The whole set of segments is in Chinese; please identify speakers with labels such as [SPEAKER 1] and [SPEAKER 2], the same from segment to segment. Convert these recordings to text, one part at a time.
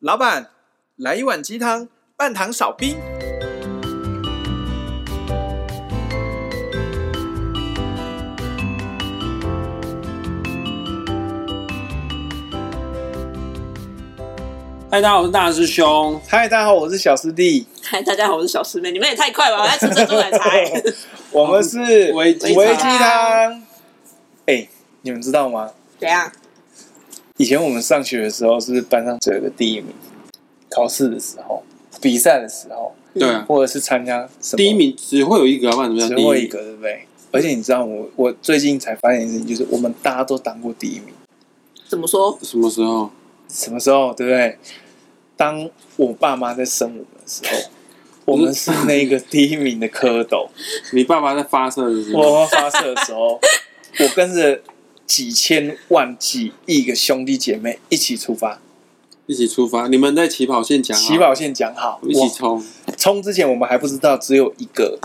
[SPEAKER 1] 老板，来一碗鸡汤，半糖少冰。
[SPEAKER 2] 嗨，哎大家好，我是大师兄。
[SPEAKER 1] 嗨，大家好，我是小师弟，
[SPEAKER 3] 嗨，大家好，我是小师妹。你们也太快了吧，我要吃珍珠奶茶、欸。
[SPEAKER 1] 我们是
[SPEAKER 2] 微鸡汤
[SPEAKER 1] 哦鸡汤。哎，你们知道吗？
[SPEAKER 3] 怎样？
[SPEAKER 1] 以前我们上学的时候，是不是班上只有一个第一名？考试的时候、比赛的时候，
[SPEAKER 2] 对啊，
[SPEAKER 1] 或者是参加什么
[SPEAKER 2] 第一名只会有一个，要不然怎么
[SPEAKER 1] 只
[SPEAKER 2] 叫第一
[SPEAKER 1] 会一
[SPEAKER 2] 名？
[SPEAKER 1] 个，对不对？而且你知道我，我最近才发现一件事情，就是我们大家都当过第一名。
[SPEAKER 3] 怎么说？
[SPEAKER 2] 什么时候？
[SPEAKER 1] 什么时候，对不对？当我爸妈在生我们的时 候，我们是那个第一名的蝌蚪。
[SPEAKER 2] 你爸爸在发射的时
[SPEAKER 1] 我
[SPEAKER 2] 候，
[SPEAKER 1] 妈发射的时候，我跟着几千万、几亿个兄弟姐妹一起出发，
[SPEAKER 2] 一起出发。你们在起跑线讲好
[SPEAKER 1] 起，跑线讲好，
[SPEAKER 2] 啊一起冲。
[SPEAKER 1] 我冲之前我们还不知道只有一个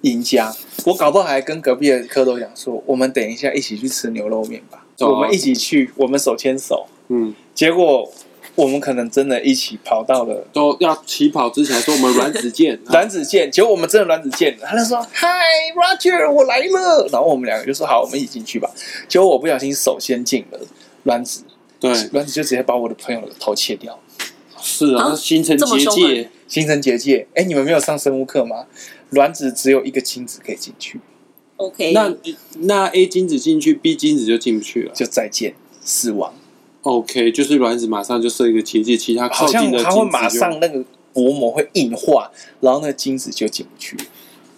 [SPEAKER 1] 赢家，我搞不好还跟隔壁的蝌蚪讲说，我们等一下一起去吃牛肉面吧，
[SPEAKER 2] 走啊
[SPEAKER 1] 我们一起去，我们手牵手。
[SPEAKER 2] 嗯，
[SPEAKER 1] 结果我们可能真的一起跑到了。
[SPEAKER 2] 都要起跑之前说我们卵子 见，
[SPEAKER 1] 阮子健，结果我们真的阮子健了，他就说：“嗨，Roger，我来了。”然后我们两个就说：“好，我们一起进去吧。”结果我不小心手先进了阮子，
[SPEAKER 2] 对，
[SPEAKER 1] 阮子就直接把我的朋友的头切掉，
[SPEAKER 2] 是啊，
[SPEAKER 3] 啊
[SPEAKER 2] 形成
[SPEAKER 3] 这么
[SPEAKER 2] 结
[SPEAKER 3] 凶
[SPEAKER 2] 界
[SPEAKER 3] 吗，
[SPEAKER 1] 形成结界。哎，你们没有上生物课吗？卵子只有一个精子可以进去，
[SPEAKER 3] OK，
[SPEAKER 2] 那那 A 精子进去，B 精子就进不去了。
[SPEAKER 1] 就再见，死亡。
[SPEAKER 2] OK，就是卵子马上就设一个结界，其他
[SPEAKER 1] 好
[SPEAKER 2] 靠
[SPEAKER 1] 像
[SPEAKER 2] 近的
[SPEAKER 1] 它
[SPEAKER 2] 精
[SPEAKER 1] 会
[SPEAKER 2] 子
[SPEAKER 1] 马
[SPEAKER 2] 就
[SPEAKER 1] 上那个薄膜会硬化，然后那个精子就进不去。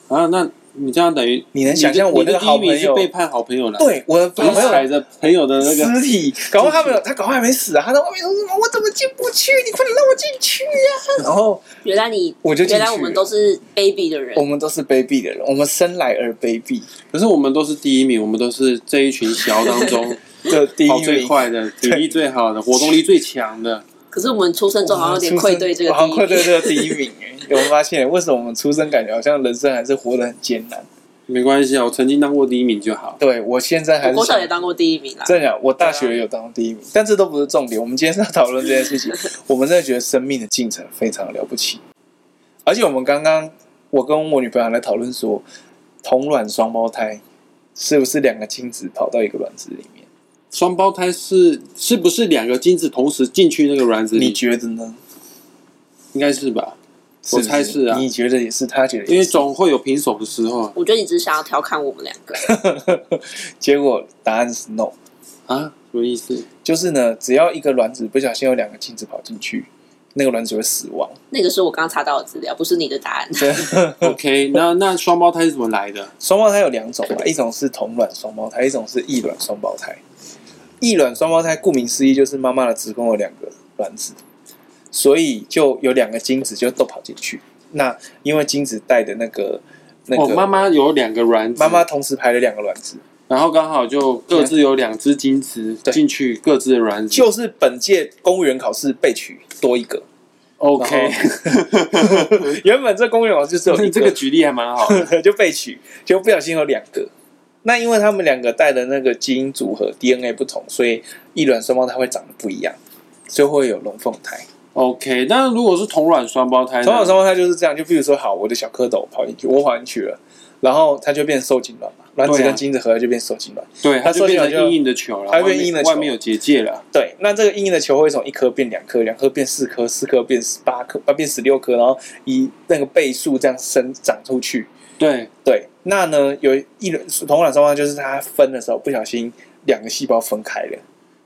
[SPEAKER 2] 啊，那你这样等于
[SPEAKER 1] 你能想象我
[SPEAKER 2] 你
[SPEAKER 1] 那个
[SPEAKER 2] 的你的
[SPEAKER 1] 好
[SPEAKER 2] 第一名
[SPEAKER 1] 朋
[SPEAKER 2] 是
[SPEAKER 1] 友
[SPEAKER 2] 背叛好朋友了？，
[SPEAKER 1] 对我的好朋
[SPEAKER 2] 你
[SPEAKER 1] 友
[SPEAKER 2] 踩着朋友的那
[SPEAKER 1] 尸
[SPEAKER 2] 个，
[SPEAKER 1] 体，搞不好他没有，他搞不好还没死啊！他在外面说什么？我怎么进不去？你快点让我进去啊呀、然后
[SPEAKER 3] 原来你，
[SPEAKER 1] 我就进去
[SPEAKER 3] 原
[SPEAKER 1] 了
[SPEAKER 3] 来我们都是卑鄙的人
[SPEAKER 1] 我。们都是卑鄙的人，我们生来而卑鄙
[SPEAKER 2] 可是我们都是第一名，我们都是这一群小当中
[SPEAKER 1] 的 第
[SPEAKER 2] 跑
[SPEAKER 1] 一
[SPEAKER 2] 最
[SPEAKER 1] 名。
[SPEAKER 2] 快的、体力最好的、活动力最强的。
[SPEAKER 3] 可是我们出生之后好像有点愧对这个
[SPEAKER 1] 我好
[SPEAKER 3] 第
[SPEAKER 1] 像
[SPEAKER 3] 一
[SPEAKER 1] 愧
[SPEAKER 3] 名。
[SPEAKER 1] 对这个第一名哎、有没有发现为什么我们出生感觉好像人生还是活得很艰难？
[SPEAKER 2] 没关系啊，我曾经当过第一名就好。
[SPEAKER 1] 对我现在还
[SPEAKER 3] 我
[SPEAKER 1] 是
[SPEAKER 3] 国小
[SPEAKER 1] 想
[SPEAKER 3] 也啊当过第一名啦。
[SPEAKER 1] 真的讲，我大学有当过第一名，但这都不是重点。我们今天是要讨论这件 事情，我们真的觉得生命的进程非常了不起。而且我们刚刚，我跟我女朋友还在讨论说，同卵双胞胎是不是两个精子跑到一个卵子里面？
[SPEAKER 2] 双胞胎是是不是两个精子同时进去那个卵子
[SPEAKER 1] 你
[SPEAKER 2] 里？
[SPEAKER 1] 觉得呢？
[SPEAKER 2] 应该是吧？
[SPEAKER 1] 不
[SPEAKER 2] 我猜是啊
[SPEAKER 1] 你觉得也是，他觉得
[SPEAKER 2] 因
[SPEAKER 1] 也
[SPEAKER 2] 为
[SPEAKER 1] 是。
[SPEAKER 2] 总会有平手的时候啊
[SPEAKER 3] 我觉得你只是想要调侃我们两个。
[SPEAKER 1] 结果答案是 no，
[SPEAKER 2] 啊，什么意思？
[SPEAKER 1] 就是呢，只要一个卵子不小心有两个精子跑进去，那个卵子会死亡。
[SPEAKER 3] 那个是我刚查到的资料，不是你的答案。
[SPEAKER 1] 对
[SPEAKER 2] OK，那那双胞胎是怎么来的？
[SPEAKER 1] 双胞胎有两种嘛，一种是同卵双胞胎，一种是异卵双胞胎。异卵双胞胎顾名思义就是妈妈的子宫有两个卵子，所以就有两个精子就都跑进去。那因为精子带的那个那
[SPEAKER 2] 哦，
[SPEAKER 1] 个
[SPEAKER 2] 妈妈有两个卵子，
[SPEAKER 1] 妈妈同时排了两个卵子，
[SPEAKER 2] 然后刚好就各自有两只精子
[SPEAKER 1] 对
[SPEAKER 2] 进去各自的卵子。
[SPEAKER 1] 就是本届公务员考试被取多一个。
[SPEAKER 2] OK，
[SPEAKER 1] 原本这公务员考试只有一
[SPEAKER 2] 这个举例还蛮好的。
[SPEAKER 1] 个就被取，就不小心有两个。那因为他们两个带的那个基因组合 DNA 不同，所以异卵双胞胎会长得不一样，所以会有龙凤胎。
[SPEAKER 2] OK，但是如果是同卵双胞胎呢，
[SPEAKER 1] 同卵双胞胎就是这样，就比如说，好，我的小蝌蚪跑进去，我跑进去了，然后它就变受精卵嘛，卵子
[SPEAKER 2] 对啊
[SPEAKER 1] 跟精子合就变受精卵。
[SPEAKER 2] 对，它
[SPEAKER 1] 它
[SPEAKER 2] 就
[SPEAKER 1] 受精
[SPEAKER 2] 变
[SPEAKER 1] 卵
[SPEAKER 2] 成
[SPEAKER 1] 就
[SPEAKER 2] 硬硬的球了，
[SPEAKER 1] 它会
[SPEAKER 2] 外面
[SPEAKER 1] 变硬的球
[SPEAKER 2] 外面有结界了。
[SPEAKER 1] 对，那这个硬硬的球会从一颗变两颗，两颗变四颗，四颗变十八颗，啊变十六颗，然后以那个倍数这样生长出去。
[SPEAKER 2] 对，
[SPEAKER 1] 对，那呢有一卵同卵双胞胎就是它分的时候不小心两个细胞分开了，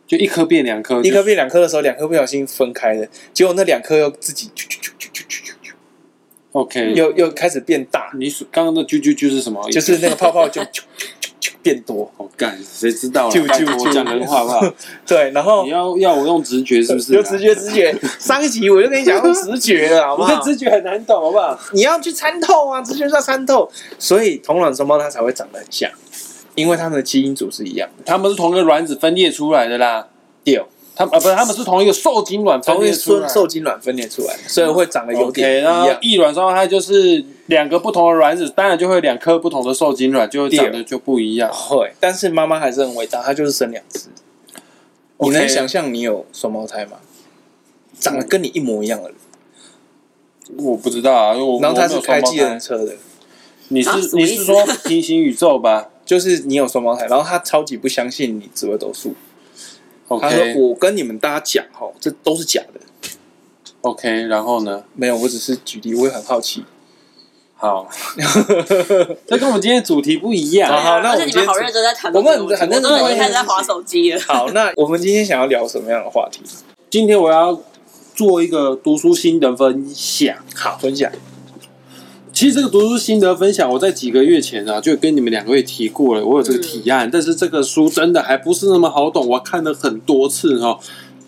[SPEAKER 2] 就一颗变两颗，
[SPEAKER 1] 一
[SPEAKER 2] 就
[SPEAKER 1] 颗变两颗的时候，两颗不小心分开了，结果那两颗又自己啾啾啾啾啾啾啾
[SPEAKER 2] OK。
[SPEAKER 1] 又又开始变大，
[SPEAKER 2] 你所刚刚的啾啾啾是什么？
[SPEAKER 1] 就是那个泡泡就啾啾啾啾变多。
[SPEAKER 2] 好干，谁知道啊？
[SPEAKER 1] 啾啾
[SPEAKER 2] 拜托我讲人话好 不好？
[SPEAKER 1] 对，然后
[SPEAKER 2] 你要要我用直觉是不是啊？
[SPEAKER 1] 有直觉，直觉。上一集我就跟你讲用直觉了，好不
[SPEAKER 2] 我的
[SPEAKER 1] 好？
[SPEAKER 2] 直觉很难懂，好不好？
[SPEAKER 1] 你要去参透啊，直觉要参透。所以同卵双胞胎才会长得很像，因为它们的基因组是一样的。
[SPEAKER 2] 他们是同一个卵子分裂出来的啦。
[SPEAKER 1] 六，
[SPEAKER 2] 他们啊，不是，他们是同一个受精卵分
[SPEAKER 1] 同一
[SPEAKER 2] 裂出来嗯
[SPEAKER 1] 受。受精卵分裂出来的，所以会长得有
[SPEAKER 2] OK，
[SPEAKER 1] 点
[SPEAKER 2] 然
[SPEAKER 1] 不一
[SPEAKER 2] 后
[SPEAKER 1] 样。
[SPEAKER 2] 异卵双胞胎就是两个不同的卵子，当然就会有两颗不同的受精卵，就会长得就不一样。
[SPEAKER 1] 会，但是妈妈还是很伟大，她就是生两只。你
[SPEAKER 2] OK
[SPEAKER 1] 能想象你有双胞胎吗？长得跟你一模一样的人，
[SPEAKER 2] 我不知道啊，因为我
[SPEAKER 1] 然后他
[SPEAKER 2] 我没
[SPEAKER 1] 是
[SPEAKER 2] 有
[SPEAKER 1] 开
[SPEAKER 2] 双胞
[SPEAKER 1] 计程
[SPEAKER 2] 胎。
[SPEAKER 1] 车的，
[SPEAKER 2] 你是、
[SPEAKER 3] 啊什么
[SPEAKER 2] 你
[SPEAKER 3] 意思
[SPEAKER 2] 是说平行宇宙吧
[SPEAKER 1] 就是你有双胞胎，然后他超级不相信你紫微斗数， 他说
[SPEAKER 2] ？OK
[SPEAKER 1] 我跟你们大家讲哈，这都是假的，
[SPEAKER 2] OK，然后呢？
[SPEAKER 1] 没有，我只是举例，我也很好奇。
[SPEAKER 2] 好，这跟我们今天的主题不一样。
[SPEAKER 1] 好好那我
[SPEAKER 3] 啊而
[SPEAKER 1] 们
[SPEAKER 3] 且你 们好认真在谈论
[SPEAKER 1] 我们
[SPEAKER 3] 这个问题
[SPEAKER 1] 很认真
[SPEAKER 3] 我都已经开始在划手机了。
[SPEAKER 1] 好，那我们今天想要聊什么样的话题？
[SPEAKER 2] 今天我要做一个读书心得分享。
[SPEAKER 1] 好，分享。
[SPEAKER 2] 其实这个读书心得分享，我在几个月前啊，就跟你们两位提过了，我有这个提案，但是这个书真的还不是那么好懂，我看了很多次哦。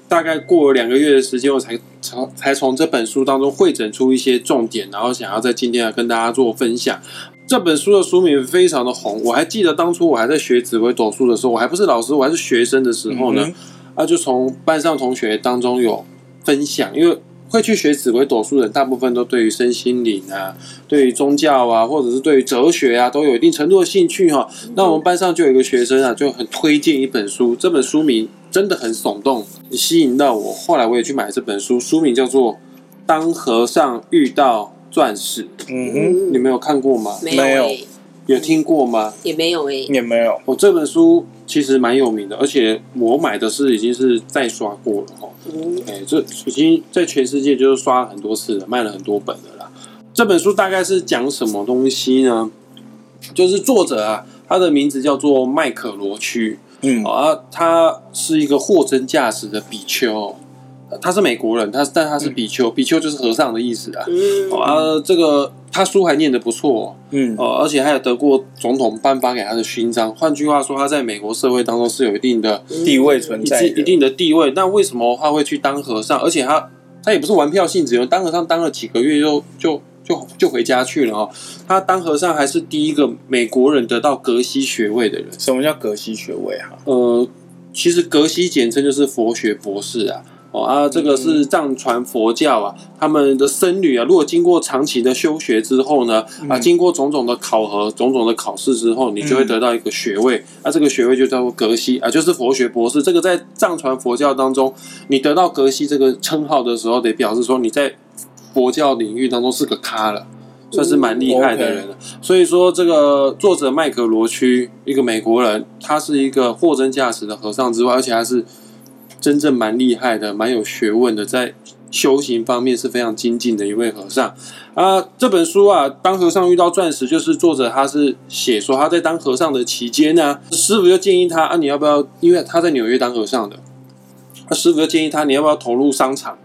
[SPEAKER 2] 大概过了两个月的时间，我才才才从这本书当中汇整出一些重点，然后想要在今天来跟大家做分享。这本书的书名非常的红，我还记得当初我还在学紫微斗数的时候，我还不是老师，我还是学生的时候呢，
[SPEAKER 1] 嗯
[SPEAKER 2] 啊，就从班上同学当中有分享，因为会去学紫微斗数的人，大部分都对于身心灵啊、对于宗教啊，或者是对于哲学啊，都有一定程度的兴趣哈、那我们班上就有一个学生啊，就很推荐一本书，这本书名真的很耸动，吸引到我。后来我也去买这本书，书名叫做《当和尚遇到钻石》，
[SPEAKER 1] 嗯
[SPEAKER 2] 你们有看过吗？
[SPEAKER 3] 没
[SPEAKER 1] 没有
[SPEAKER 3] 有欸，
[SPEAKER 2] 有听过吗？
[SPEAKER 3] 也没有哎
[SPEAKER 1] 哼，。也没有。
[SPEAKER 2] 我、这本书其实蛮有名的，而且我买的是已经是再刷过了哦。
[SPEAKER 3] 嗯
[SPEAKER 2] 哎、这已经在全世界就是刷了很多次了，卖了很多本了啦。这本书大概是讲什么东西呢？就是作者啊，他的名字叫做麦可罗区
[SPEAKER 1] 嗯
[SPEAKER 2] 哦啊，他是一个货真价实的比丘哦，他是美国人，他但他是比丘，比丘就是和尚的意思啊。
[SPEAKER 3] 嗯
[SPEAKER 2] 哦啊，这个他书还念得不错、哦，
[SPEAKER 1] 嗯
[SPEAKER 2] 呃，而且还有得过总统颁发给他的勋章。换句话说，他在美国社会当中是有一定的
[SPEAKER 3] 嗯
[SPEAKER 1] 地位存
[SPEAKER 2] 一
[SPEAKER 1] 在
[SPEAKER 2] 定
[SPEAKER 1] 的
[SPEAKER 2] 一定的地位。那为什么他会去当和尚？而且他他也不是玩票性质，有当和尚当了几个月就就就就回家去了哦。他当和尚还是第一个美国人得到格西学位的人。
[SPEAKER 1] 什么叫格西学位啊哈？
[SPEAKER 2] 呃，其实格西简称就是佛学博士啊。哦啊，这个是藏传佛教啊，他们的僧侣啊，如果经过长期的修学之后呢，啊，经过种种的考核、种种的考试之后，你就会
[SPEAKER 1] 嗯
[SPEAKER 2] 得到一个学位。啊，这个学位就叫做格西啊，就是佛学博士。这个在藏传佛教当中，你得到格西这个称号的时候，得表示说你在佛教领域当中是个咖了。算是蛮厉害的人了，所以说这个作者麦克罗区一个美国人，他是一个货真价实的和尚之外，而且他是真正蛮厉害的、蛮有学问的，在修行方面是非常精进的一位和尚啊。这本书啊，《当和尚遇到钻石》，就是作者他是写说他在当和尚的期间呢、师傅就建议他啊，你要不要？因为他在纽约当和尚的，那师傅就建议他，你要不要投入商场、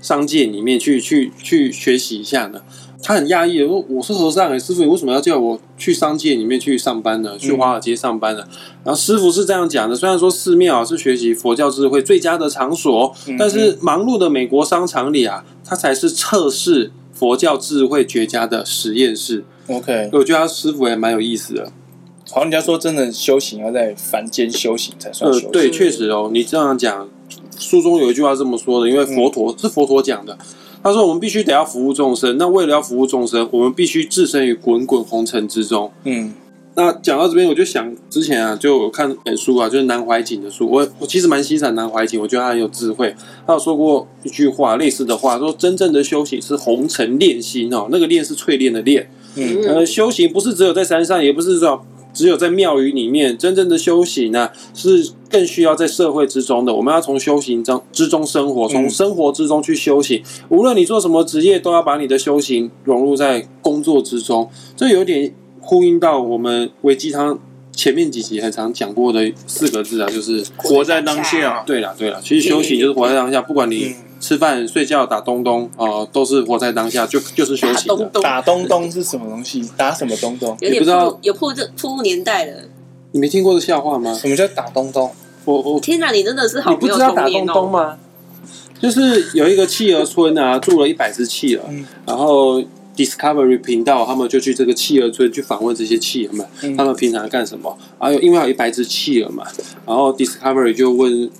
[SPEAKER 2] 商界里面去去去学习一下呢？他很讶异，说：“我是和尚、欸，师傅，你为什么要叫我去商界里面去上班呢？去华尔街上班呢？”然后师傅是这样讲的：虽然说寺庙啊是学习佛教智慧最佳的场所，但是忙碌的美国商场里啊，它才是测试佛教智慧绝佳的实验室。
[SPEAKER 1] OK，
[SPEAKER 2] 我觉得他师傅也蛮有意思的。
[SPEAKER 1] 好，人家说真的修行要在凡间修行才算
[SPEAKER 2] 呃
[SPEAKER 1] 修，行。
[SPEAKER 2] 对，确实哦，你这样讲，书中有一句话这么说的，因为佛陀、是佛陀讲的，他说我们必须得要服务众生，那为了要服务众生，我们必须置身于滚滚红尘之中。
[SPEAKER 1] 嗯
[SPEAKER 2] 那讲到这边，我就想之前啊，就有看本书啊，就是南怀瑾的书。我我其实蛮欣赏南怀瑾，我觉得他很有智慧。他有说过一句话，类似的话，说真正的修行是红尘炼心哦，那个炼是淬炼的炼。
[SPEAKER 1] 嗯
[SPEAKER 2] 呃，修行不是只有在山上，也不是说只有在庙宇里面，真正的修行呢、是更需要在社会之中的。我们要从修行中之中生活，
[SPEAKER 3] 嗯
[SPEAKER 2] 从生活之中去修行。无论你做什么职业，都要把你的修行融入在工作之中。这有点呼应到我们维鸡汤前面几集很常讲过的四个字啊，就是
[SPEAKER 1] 活在当下。
[SPEAKER 2] 对啦，对啦，其实修行就是活在当下，不管你
[SPEAKER 1] 嗯
[SPEAKER 2] 吃饭、睡觉、打东东，哦、都是活在当下，就就是修
[SPEAKER 3] 打
[SPEAKER 2] 行
[SPEAKER 3] 东
[SPEAKER 2] 的。
[SPEAKER 3] 东，
[SPEAKER 1] 打东东是什么东西？打什么东 东？
[SPEAKER 3] 有
[SPEAKER 2] 也不
[SPEAKER 3] 点
[SPEAKER 2] 知道
[SPEAKER 3] 铺有铺这铺路年代了。
[SPEAKER 2] 你没听过这笑话吗？
[SPEAKER 1] 什么叫打东东？
[SPEAKER 2] 我我
[SPEAKER 3] 天哪，你真的是好
[SPEAKER 2] 你不
[SPEAKER 3] 没有
[SPEAKER 2] 知道
[SPEAKER 3] 童
[SPEAKER 2] 打
[SPEAKER 3] 年
[SPEAKER 2] 东东
[SPEAKER 3] 哦！
[SPEAKER 2] 吗？就是有一个企鹅村啊，住了一百只企鹅，
[SPEAKER 1] 嗯
[SPEAKER 2] 然后 Discovery 频道他们就去这个企鹅村去访问这些企鹅们，
[SPEAKER 1] 嗯
[SPEAKER 2] 他们平常干什么？还有因为有一百只企鹅嘛，然后 Discovery 就问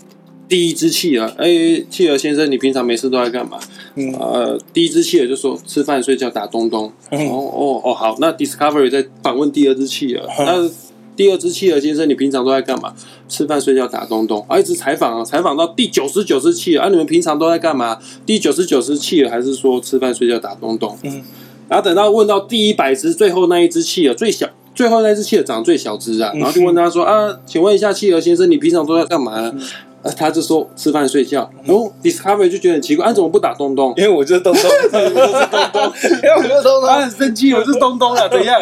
[SPEAKER 2] 第一只企鹅，哎、企鹅先生，你平常没事都在干嘛？
[SPEAKER 1] 嗯
[SPEAKER 2] 呃，第一只企鹅就说吃饭、睡觉、打东东。
[SPEAKER 1] 嗯嗯
[SPEAKER 2] 哦哦哦，好，那 Discovery 在访问第二只企鹅，那第二只企鹅先生，你平常都在干嘛？吃饭、睡觉、打东东。啊，一直采访啊，采访到第九十九只企鹅啊，你们平常都在干嘛？第九十九只企鹅还是说吃饭、睡觉、打东东？
[SPEAKER 1] 嗯。
[SPEAKER 2] 然后等到问到第一百只，最后那一只企鹅最小，最后那只企鹅长得最小只
[SPEAKER 1] 嗯
[SPEAKER 2] 啊，然后就问他说啊，请问一下企鹅先生，你平常都在干嘛
[SPEAKER 1] 嗯
[SPEAKER 2] 呢？啊，他就说吃饭睡觉，然后 Discovery 就觉得很奇怪，啊，怎么不打东东？
[SPEAKER 1] 因为我就是东东，因为我就是东 东。
[SPEAKER 2] 啊，很生气，我是东东了，怎样？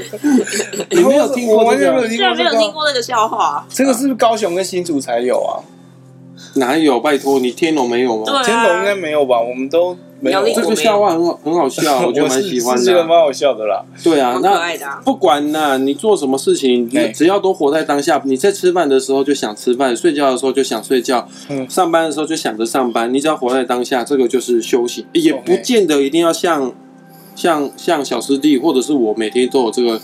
[SPEAKER 2] 你没有听
[SPEAKER 1] 我
[SPEAKER 2] 过
[SPEAKER 1] 完
[SPEAKER 2] 这
[SPEAKER 1] 全没有
[SPEAKER 2] 个？
[SPEAKER 1] 听
[SPEAKER 3] 居然
[SPEAKER 1] 过
[SPEAKER 3] 没
[SPEAKER 1] 这
[SPEAKER 3] 有听
[SPEAKER 1] 个，
[SPEAKER 3] 过那个笑话，啊
[SPEAKER 1] 这个是不是高雄跟新竹才有啊？
[SPEAKER 2] 哪有？拜托，你哦天龙没有
[SPEAKER 3] 对
[SPEAKER 2] 吗？
[SPEAKER 3] 啊，
[SPEAKER 1] 天龙应该没有吧？我们都没有
[SPEAKER 3] 苗。栗
[SPEAKER 2] 这个笑话很好，很好笑，我觉得蛮喜欢
[SPEAKER 1] 是觉得
[SPEAKER 2] 的啊。
[SPEAKER 1] 蛮好笑的啦。
[SPEAKER 2] 对啊，
[SPEAKER 3] 蛮可
[SPEAKER 2] 那
[SPEAKER 3] 爱的啊。
[SPEAKER 2] 不管呐，你做什么事情，
[SPEAKER 1] 对
[SPEAKER 2] 你只要都活在当下。你在吃饭的时候就想吃饭，睡觉的时候就想睡觉，
[SPEAKER 1] 嗯
[SPEAKER 2] 上班的时候就想着上班。你只要活在当下，这个就是修行，也不
[SPEAKER 1] OK
[SPEAKER 2] 见得一定要像像像小师弟或者是我每天都有这个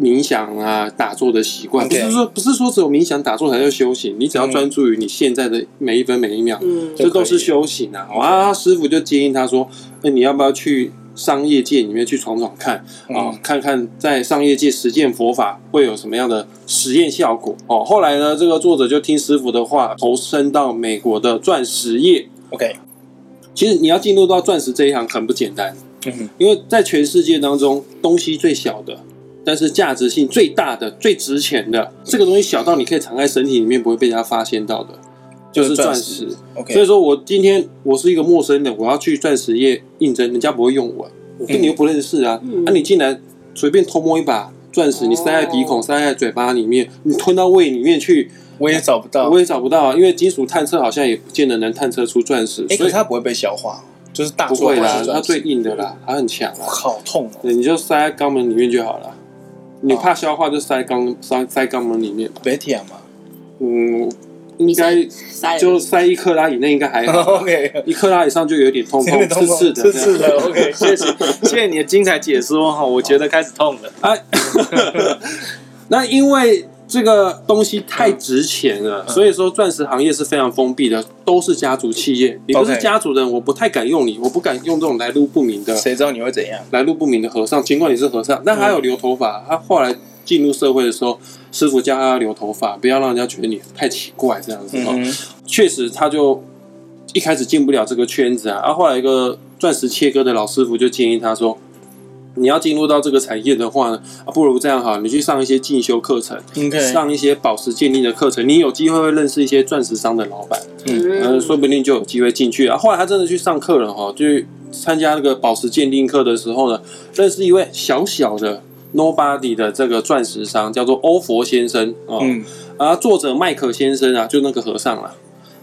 [SPEAKER 2] 冥想啊、打坐的习惯。不
[SPEAKER 1] OK
[SPEAKER 2] 是说不是说只有冥想打坐才叫修行，你只要
[SPEAKER 1] 嗯
[SPEAKER 2] 专注于你现在的每一分每一秒，
[SPEAKER 3] 嗯，
[SPEAKER 1] 就
[SPEAKER 2] 这都
[SPEAKER 1] 可以
[SPEAKER 2] 是修行啊！啊，师傅就建议他说：“那你要不要去商业界里面去闯闯看啊
[SPEAKER 1] 嗯？
[SPEAKER 2] 看看在商业界实践佛法会有什么样的实验效果？”哦，后来呢，这个作者就听师傅的话，投身到美国的钻石业。
[SPEAKER 1] OK，
[SPEAKER 2] 其实你要进入到钻石这一行很不简单，
[SPEAKER 1] 嗯
[SPEAKER 2] 因为在全世界当中，东西最小的，但是价值性最大的、最值钱的，这个东西小到你可以藏在身体里面不会被人家发现到的，就是钻石。所以
[SPEAKER 1] ，OK，
[SPEAKER 2] 说我今天我是一个陌生人，我要去钻石业应征，人家不会用我，我跟你又不认识啊，
[SPEAKER 3] 嗯
[SPEAKER 2] 那、啊、你竟然随便偷摸一把钻石，你塞在鼻
[SPEAKER 3] 哦
[SPEAKER 2] 孔、塞在嘴巴里面，你吞到胃里面去，
[SPEAKER 1] 我也找不到
[SPEAKER 2] 我。也找不到啊，因为金属探测好像也不见得能探测出钻石，
[SPEAKER 1] 哎，可
[SPEAKER 2] 所
[SPEAKER 1] 是
[SPEAKER 2] 以
[SPEAKER 1] 它不会被消化，就是大
[SPEAKER 2] 不
[SPEAKER 1] 作
[SPEAKER 2] 会
[SPEAKER 1] 不
[SPEAKER 2] 啦
[SPEAKER 1] 是，
[SPEAKER 2] 它
[SPEAKER 1] 钻
[SPEAKER 2] 最
[SPEAKER 1] 石，
[SPEAKER 2] 硬的啦，它很强啦，
[SPEAKER 1] 好痛哦。
[SPEAKER 2] 对你就塞在肛门里面就好了。你
[SPEAKER 1] 哦
[SPEAKER 2] 怕消化就塞肛塞塞肛门里面吧，
[SPEAKER 1] 别舔嘛。
[SPEAKER 2] 嗯，应该
[SPEAKER 3] 塞了
[SPEAKER 2] 就塞一克拉以内应该还 好，
[SPEAKER 1] OK，
[SPEAKER 2] 一克拉以上就有点痛
[SPEAKER 1] 有
[SPEAKER 2] 痛
[SPEAKER 1] 点
[SPEAKER 2] 刺
[SPEAKER 1] 痛
[SPEAKER 2] 刺的
[SPEAKER 1] 刺
[SPEAKER 2] 这样
[SPEAKER 1] 刺的。OK，谢谢，谢谢你的精彩解说哈，我觉得开始痛了。
[SPEAKER 2] 哎， 那因为这个东西太值钱了，
[SPEAKER 1] 嗯
[SPEAKER 2] 所以说钻石行业是非常封闭的，都是家族企业。你不
[SPEAKER 1] 嗯
[SPEAKER 2] 是
[SPEAKER 1] OK
[SPEAKER 2] 家族人，我不太敢用你，我不敢用这种来路不明的
[SPEAKER 1] 谁知道你会怎样？
[SPEAKER 2] 来路不明的和尚。尽管你是和尚，但他有留头
[SPEAKER 1] 嗯
[SPEAKER 2] 发，他后来进入社会的时候，师傅教他留头发，不要让人家觉得你太奇怪这样子。哦。
[SPEAKER 1] 嗯
[SPEAKER 2] 确实他就一开始进不了这个圈子啊。啊，后来一个钻石切割的老师傅就建议他说，你要进入到这个产业的话呢，啊、不如这样好，你去上一些进修课程，
[SPEAKER 1] ，OK，
[SPEAKER 2] 上一些宝石鉴定的课程，你有机会会认识一些钻石商的老板，嗯、
[SPEAKER 3] 嗯，
[SPEAKER 2] 说不定就有机会进去啊。后来他真的去上课了哈、哦，去参加那个宝石鉴定课的时候呢，认识一位小小的。Nobody 的这个钻石商叫做欧佛先生哦，
[SPEAKER 1] 嗯，
[SPEAKER 2] 啊，作者麦克先生啊，就那个和尚啊，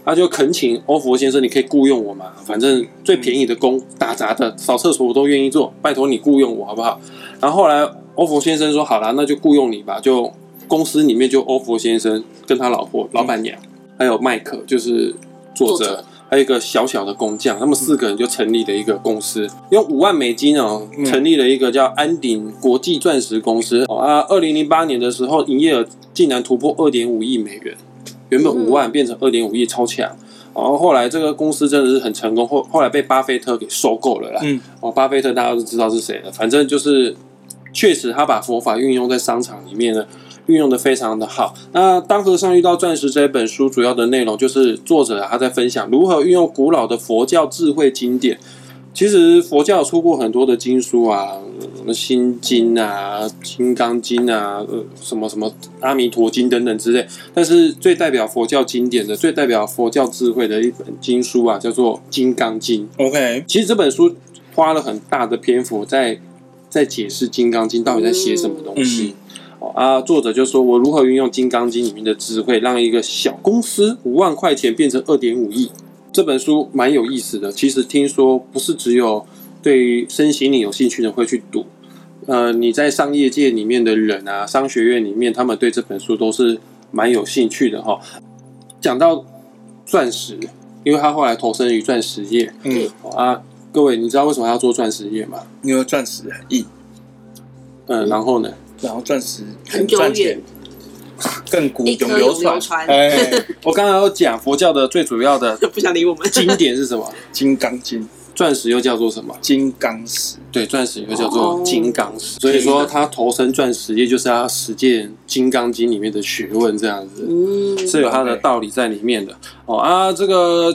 [SPEAKER 2] 他就恳请欧佛先生，你可以雇佣我嘛，反正最便宜的工，打杂的、扫厕所我都愿意做，拜托你雇佣我好不好？然后后来欧佛先生说，好啦，那就雇佣你吧，就公司里面就欧佛先生跟他老婆、老板娘，还有麦克，就是作
[SPEAKER 3] 作
[SPEAKER 2] 者
[SPEAKER 3] 者。嗯
[SPEAKER 2] 还有一个小小的工匠，他们四个人就成立了一个公司，用五万美金哦，
[SPEAKER 1] 嗯
[SPEAKER 2] 成立了一个叫安鼎国际钻石公司。哦啊，二零零八年的时候，营业额竟然突破二点五亿美元，原本五万变成二点五亿，超强。然后后来这个公司真的是很成功，后后来被巴菲特给收购了啦。
[SPEAKER 1] 嗯，
[SPEAKER 2] 哦，巴菲特大家都知道是谁了，反正就是确实他把佛法运用在商场里面呢，运用的非常的好。那《当和尚遇到钻石》这本书主要的内容就是作者啊他在分享如何运用古老的佛教智慧经典。其实佛教出过很多的经书啊，什么《心经》啊、《金刚经》啊、呃什么什么《阿弥陀经》等等之类。但是最代表佛教经典的、最代表佛教智慧的一本经书啊，叫做《金刚经》。
[SPEAKER 1] OK，
[SPEAKER 2] 其实这本书花了很大的篇幅在在解释《金刚经》到底在写什么东西。哦啊，作者就说我如何运用《金刚经》里面的智慧，让一个小公司五万块钱变成二点五亿。这本书蛮有意思的，其实听说不是只有对于身心灵有兴趣的会去读，呃，你在商业界里面的人啊，商学院里面，他们对这本书都是蛮有兴趣的哈、讲到钻石，因为他后来投身于钻石业，
[SPEAKER 1] 嗯，
[SPEAKER 2] 哦啊，各位，你知道为什么要做钻石业吗？
[SPEAKER 1] 因为钻石很硬，
[SPEAKER 2] 嗯，然后呢？
[SPEAKER 1] 然后钻石
[SPEAKER 3] 很久
[SPEAKER 1] 赚钱
[SPEAKER 3] 远，
[SPEAKER 1] 亘古
[SPEAKER 3] 一颗
[SPEAKER 1] 永流
[SPEAKER 3] 永
[SPEAKER 1] 传。
[SPEAKER 3] 流传
[SPEAKER 1] 哎，
[SPEAKER 2] 我刚才有讲佛教的最主要的
[SPEAKER 3] 不想理我们。
[SPEAKER 2] 经典是什么？
[SPEAKER 1] 《金刚经》
[SPEAKER 2] 钻石又叫做什么？
[SPEAKER 1] 金刚石，
[SPEAKER 2] 对，钻石又叫
[SPEAKER 3] 哦
[SPEAKER 2] 做
[SPEAKER 1] 哦
[SPEAKER 2] 金刚石，所以说他投身钻石业就是他实践《金刚经》里面的学问，这样子
[SPEAKER 3] 嗯，
[SPEAKER 2] 是有它的道理在里面的。哦啊，这个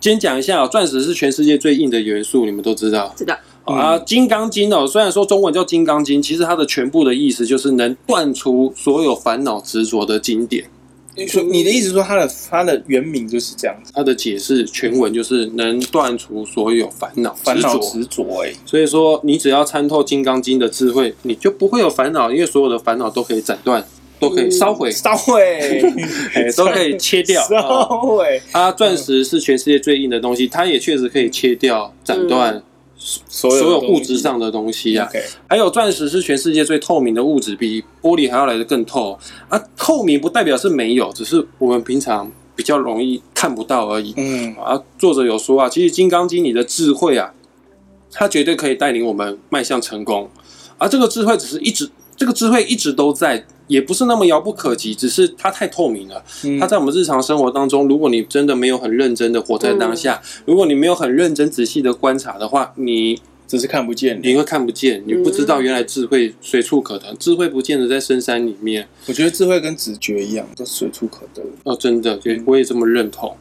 [SPEAKER 2] 先讲一下啊，钻石是全世界最硬的元素，你们都知道。
[SPEAKER 3] 知道，
[SPEAKER 2] 哦啊，《金刚经》哦，虽然说中文叫《金刚经》，其实它的全部的意思就是能断除所有烦恼执着的经典。
[SPEAKER 1] 你说你的意思说它的它的原名就是这样子，
[SPEAKER 2] 它的解释全文就是能断除所有烦恼
[SPEAKER 1] 烦恼
[SPEAKER 2] 执着
[SPEAKER 1] 执着哎，
[SPEAKER 2] 所以说，你只要参透《金刚经》的智慧，你就不会有烦恼，因为所有的烦恼都可以斩
[SPEAKER 1] 嗯
[SPEAKER 2] 断，都可以 烧毁，
[SPEAKER 1] 烧毁，
[SPEAKER 2] 哎都可以切掉。
[SPEAKER 1] 烧
[SPEAKER 2] 啊
[SPEAKER 1] 毁，
[SPEAKER 2] 啊，钻石是全世界最硬的东西，它也确实可以切掉、斩断
[SPEAKER 1] 所
[SPEAKER 2] 所有
[SPEAKER 1] 东西
[SPEAKER 2] 物质上的东西啊。
[SPEAKER 1] OK，
[SPEAKER 2] 还有钻石是全世界最透明的物质，比玻璃还要来的更透啊。透明不代表是没有，只是我们平常比较容易看不到而已。
[SPEAKER 1] 嗯，
[SPEAKER 2] 啊，作者有说啊，其实《金刚经》里的智慧啊，它绝对可以带领我们迈向成功。而、这个智慧只是一直，这个智慧一直都在，也不是那么遥不可及，只是它太透明了。
[SPEAKER 1] 嗯
[SPEAKER 2] 它在我们日常生活当中，如果你真的没有很认真的活在当下，如果你没有很认真仔细的观察的话，你
[SPEAKER 1] 只是看不见你。
[SPEAKER 2] 你会看不见，你不知道原来智慧随处可得，智慧不见得在深山里面。
[SPEAKER 1] 我觉得智慧跟直觉一样，都随处可得。
[SPEAKER 2] 哦，真的，对我也这么认同。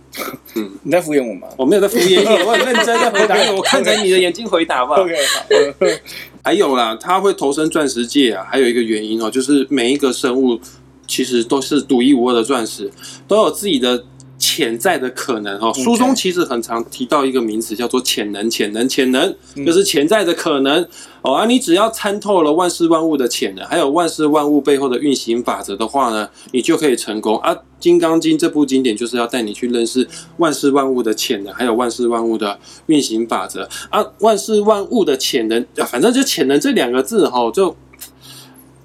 [SPEAKER 1] 你在敷衍我吗
[SPEAKER 2] 我没有在敷衍你，我很认真在回答你，我看着你的眼睛回答吧。
[SPEAKER 1] ？OK，好 呃
[SPEAKER 2] 还有啦，他会投身钻石界啊，还有一个原因哦，就是每一个生物其实都是独一无二的钻石，都有自己的潜在的可能哦。
[SPEAKER 1] OK
[SPEAKER 2] 书中其实很常提到一个名词，叫做潜能，潜能，潜能，
[SPEAKER 1] 嗯
[SPEAKER 2] 就是潜在的可能哦。啊，你只要参透了万事万物的潜能，还有万事万物背后的运行法则的话呢，你就可以成功啊。《金刚经》这部经典就是要带你去认识万事万物的潜能，还有万事万物的运行法则啊，万事万物的潜能，啊、反正就潜能这两个字哈，就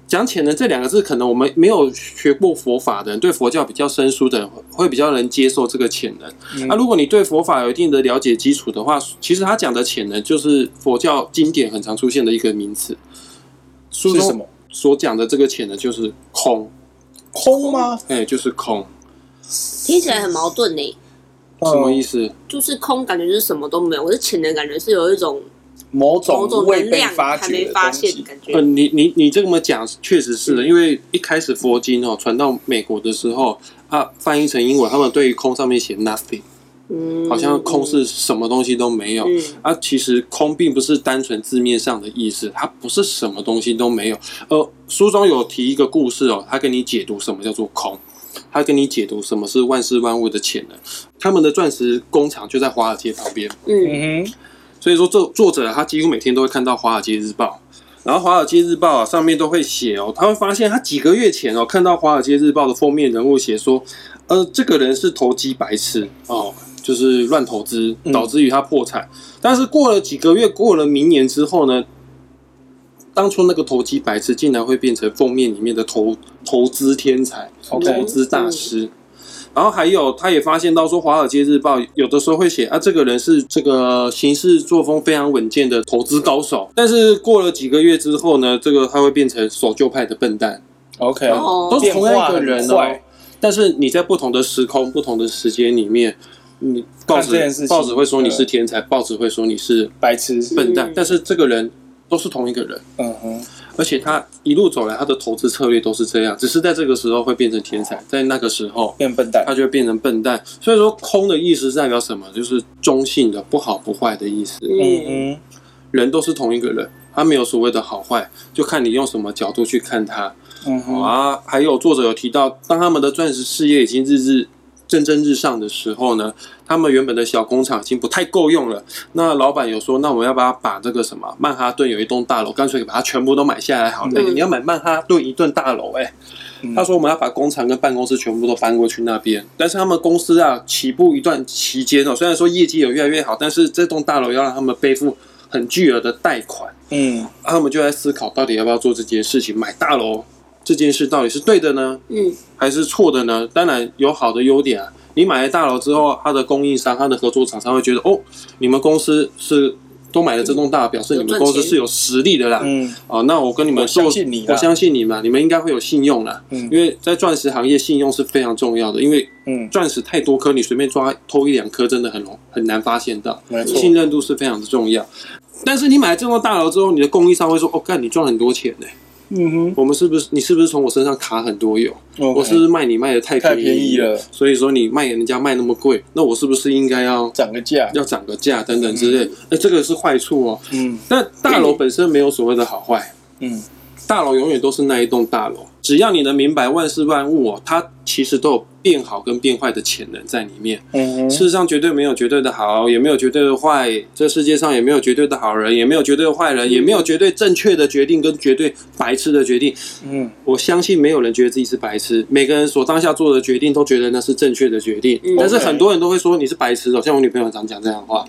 [SPEAKER 2] 讲潜能这两个字，可能我们没有学过佛法的人，对佛教比较生疏的人，会会比较能接受这个潜能。那、
[SPEAKER 1] 嗯
[SPEAKER 2] 如果你对佛法有一定的了解基础的话，其实他讲的潜能就是佛教经典很常出现的一个名词。书
[SPEAKER 1] 是什
[SPEAKER 2] 中
[SPEAKER 1] 么？
[SPEAKER 2] 所讲的这个潜能就是空，
[SPEAKER 1] 空吗？
[SPEAKER 2] 哎，就是空，
[SPEAKER 3] 听起来很矛盾呢，
[SPEAKER 2] 什么意
[SPEAKER 1] 思？
[SPEAKER 2] 思？
[SPEAKER 3] 就是空感觉就是什么都没有，我是潜能感觉是有一种
[SPEAKER 1] 某
[SPEAKER 3] 某
[SPEAKER 1] 种
[SPEAKER 3] 种
[SPEAKER 1] 未
[SPEAKER 3] 能
[SPEAKER 1] 被
[SPEAKER 3] 量
[SPEAKER 1] 发
[SPEAKER 3] 还
[SPEAKER 1] 掘
[SPEAKER 3] 没
[SPEAKER 1] 的
[SPEAKER 3] 发
[SPEAKER 1] 东
[SPEAKER 3] 现的
[SPEAKER 1] 西。
[SPEAKER 3] 感觉
[SPEAKER 2] 呃，，你你你这么讲确实
[SPEAKER 1] 嗯
[SPEAKER 2] 是的，因为一开始佛经哦传到美国的时候啊，翻译成英文，他们对于空上面写 nothing，
[SPEAKER 3] 嗯，
[SPEAKER 2] 好像空是什么东西都没有。
[SPEAKER 3] 嗯，
[SPEAKER 2] 啊，其实空并不是单纯字面上的意思，它不是什么东西都没有。呃，书中有提一个故事哦，他跟你解读什么叫做空，他跟你解读什么是万事万物的潜能。他们的钻石工厂就在华尔街旁边，
[SPEAKER 3] 嗯，
[SPEAKER 1] 嗯哼，
[SPEAKER 2] 所以说作作者他几乎每天都会看到《华尔街日报》，然后《华尔街日报啊》上面都会写哦，他会发现他几个月前哦看到《华尔街日报》的封面人物写说，呃，这个人是投机白痴哦，就是乱投资
[SPEAKER 1] 嗯
[SPEAKER 2] 导致于他破产。但是过了几个月，过了明年之后呢，当初那个投机白痴竟然会变成封面里面的投投资天才、
[SPEAKER 1] OK 嗯
[SPEAKER 2] 投资大师。然后还有，他也发现到说，《华尔街日报》有的时候会写啊，这个人是这个行事作风非常稳健的投资高手，但是过了几个月之后呢，这个他会变成守旧派的笨蛋，
[SPEAKER 1] ，OK，
[SPEAKER 3] 哦
[SPEAKER 2] 都是同样一个人
[SPEAKER 1] 变化
[SPEAKER 2] 哦
[SPEAKER 1] 很快。
[SPEAKER 2] 但是你在不同的时空、不同的时间里面，你报
[SPEAKER 1] 看这件事
[SPEAKER 2] 纸
[SPEAKER 1] 情
[SPEAKER 2] 报纸会说你是天才，报纸会说你是
[SPEAKER 1] 白痴。
[SPEAKER 2] 笨蛋
[SPEAKER 3] 嗯，
[SPEAKER 2] 但是这个人都是同一个人。
[SPEAKER 1] 嗯哼，
[SPEAKER 2] 而且他一路走来，他的投资策略都是这样，只是在这个时候会变成天才，在那个时候
[SPEAKER 1] 变笨蛋
[SPEAKER 2] 他。就会变成笨蛋。所以说，空的意思代表什么？就是中性的、不好不坏的意思。
[SPEAKER 3] 嗯，
[SPEAKER 1] 嗯
[SPEAKER 2] 人都是同一个人，他没有所谓的好坏，就看你用什么角度去看他。
[SPEAKER 1] 哼，嗯
[SPEAKER 2] 好
[SPEAKER 1] 哼，
[SPEAKER 2] 啊，还有作者有提到，当他们的钻石事业已经日日蒸蒸日上的时候呢，他们原本的小工厂已经不太够用了。那老板有说，那我们要不要把这个什么曼哈顿有一栋大楼，干脆把它全部都买下来好了？
[SPEAKER 3] 嗯
[SPEAKER 2] 你要买曼哈顿一栋大楼、欸，
[SPEAKER 1] 嗯
[SPEAKER 2] 他说我们要把工厂跟办公室全部都搬过去那边，但是他们公司啊起步一段期间哦，虽然说业绩有越来越好，但是这栋大楼要让他们背负很巨额的贷款。
[SPEAKER 1] 嗯，
[SPEAKER 2] 啊他们就在思考，到底要不要做这件事情，买大楼这件事到底是对的呢，
[SPEAKER 3] 嗯，
[SPEAKER 2] 还是错的呢？当然有好的优点啊，你买了大楼之后，它的供应商、它的合作厂商会觉得，哦，你们公司是都买了这栋大，表示你们公司是有实力的啦。
[SPEAKER 1] 嗯，
[SPEAKER 2] 哦，那我跟你们说，
[SPEAKER 1] 我相信你啦
[SPEAKER 2] 我相信你们，你们应该会有信用啦。
[SPEAKER 1] 嗯
[SPEAKER 2] 因为在钻石行业，信用是非常重要的，因为
[SPEAKER 1] 嗯，
[SPEAKER 2] 钻石太多颗，你随便抓偷一两颗，真的很容很难发现到。
[SPEAKER 1] 没错，
[SPEAKER 2] 信任度是非常的重要。但是你买了这栋大楼之后，你的供应商会说：“哦，干，你赚很多钱呢、
[SPEAKER 1] 嗯
[SPEAKER 2] 我们是不是你是不是从我身上卡很多油？
[SPEAKER 1] 哼，
[SPEAKER 2] 我是不是卖你卖的太
[SPEAKER 1] 太便
[SPEAKER 2] 便
[SPEAKER 1] 宜了，
[SPEAKER 2] 所以说你卖给人家卖那么贵，那我是不是应该要
[SPEAKER 1] 涨个价，
[SPEAKER 2] 要涨个价等等之类？哎、这个是坏处哦。
[SPEAKER 1] 嗯
[SPEAKER 2] 那大楼本身没有所谓的好坏，
[SPEAKER 1] 嗯，
[SPEAKER 2] 大楼永远都是那一栋大楼。只要你能明白万事万物哦，它其实都有变好跟变坏的潜能在里面。
[SPEAKER 1] 嗯
[SPEAKER 2] 事实上，绝对没有绝对的好，也没有绝对的坏。这世界上也没有绝对的好人，也没有绝对的坏人，也没有绝对正确的决定跟绝对白痴的决定。
[SPEAKER 1] 嗯
[SPEAKER 2] 我相信没有人觉得自己是白痴，每个人所当下做的决定都觉得那是正确的决定。
[SPEAKER 3] 嗯
[SPEAKER 2] 但是
[SPEAKER 1] OK
[SPEAKER 2] 很多人都会说你是白痴哦，像我女朋友常讲这样的话。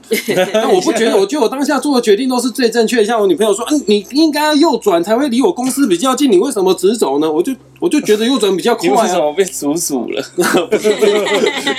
[SPEAKER 2] 但我不觉得，我觉得我当下做的决定都是最正确的。像我女朋友说，嗯，你应该要右转才会离我公司比较近，你为什么直走呢？我就我就觉得右转比较
[SPEAKER 1] 你
[SPEAKER 2] 快
[SPEAKER 1] 为什
[SPEAKER 2] 啊，
[SPEAKER 1] 么被鼠鼠了？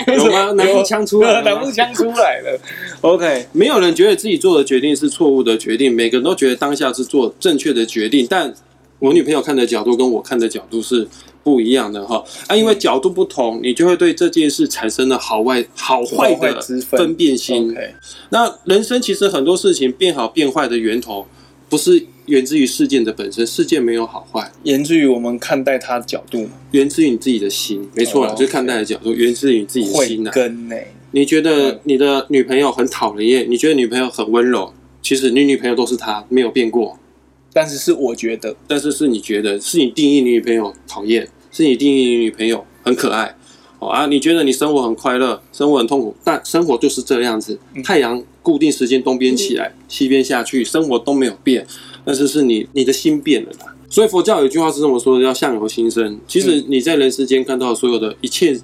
[SPEAKER 2] 有吗？南部腔出来 了吗
[SPEAKER 1] 挡不枪出来了。OK，
[SPEAKER 2] 没有人觉得自己做的决定是错误的决定，每个人都觉得当下是做正确的决定。但我女朋友看的角度跟我看的角度是不一样的哈。啊，因为角度不同，你就会对这件事产生了好坏好坏
[SPEAKER 1] 好坏
[SPEAKER 2] 的
[SPEAKER 1] 之分
[SPEAKER 2] 分辨心。
[SPEAKER 1] OK，
[SPEAKER 2] 那人生其实很多事情变好变坏的源头，不是源自于事件的本身，事件没有好坏，
[SPEAKER 1] 源自于我们看待它的角度嘛，
[SPEAKER 2] 源自于你自己的心。没错啦，
[SPEAKER 1] 哦
[SPEAKER 2] 就是看待的角度，源自于你自己的
[SPEAKER 1] 慧
[SPEAKER 2] 心呐、啊
[SPEAKER 1] 根呢？
[SPEAKER 2] 你觉
[SPEAKER 1] 嗯
[SPEAKER 2] 得你的女朋友很讨人厌，你觉得女朋友很温柔，其实你女朋友都是她，没有变过。
[SPEAKER 1] 但是是我觉得，
[SPEAKER 2] 但是是你觉得，是你定义你女朋友讨厌，是你定义你女朋友很可爱。哦啊，你觉得你生活很快乐，生活很痛苦，但生活就是这样子。太阳固定时间东边起来，西边下去，生活都没有变，但是是你你的心变了啦。所以佛教有一句话是这么说的，叫相由心生。其实你在人世间看到所有的一切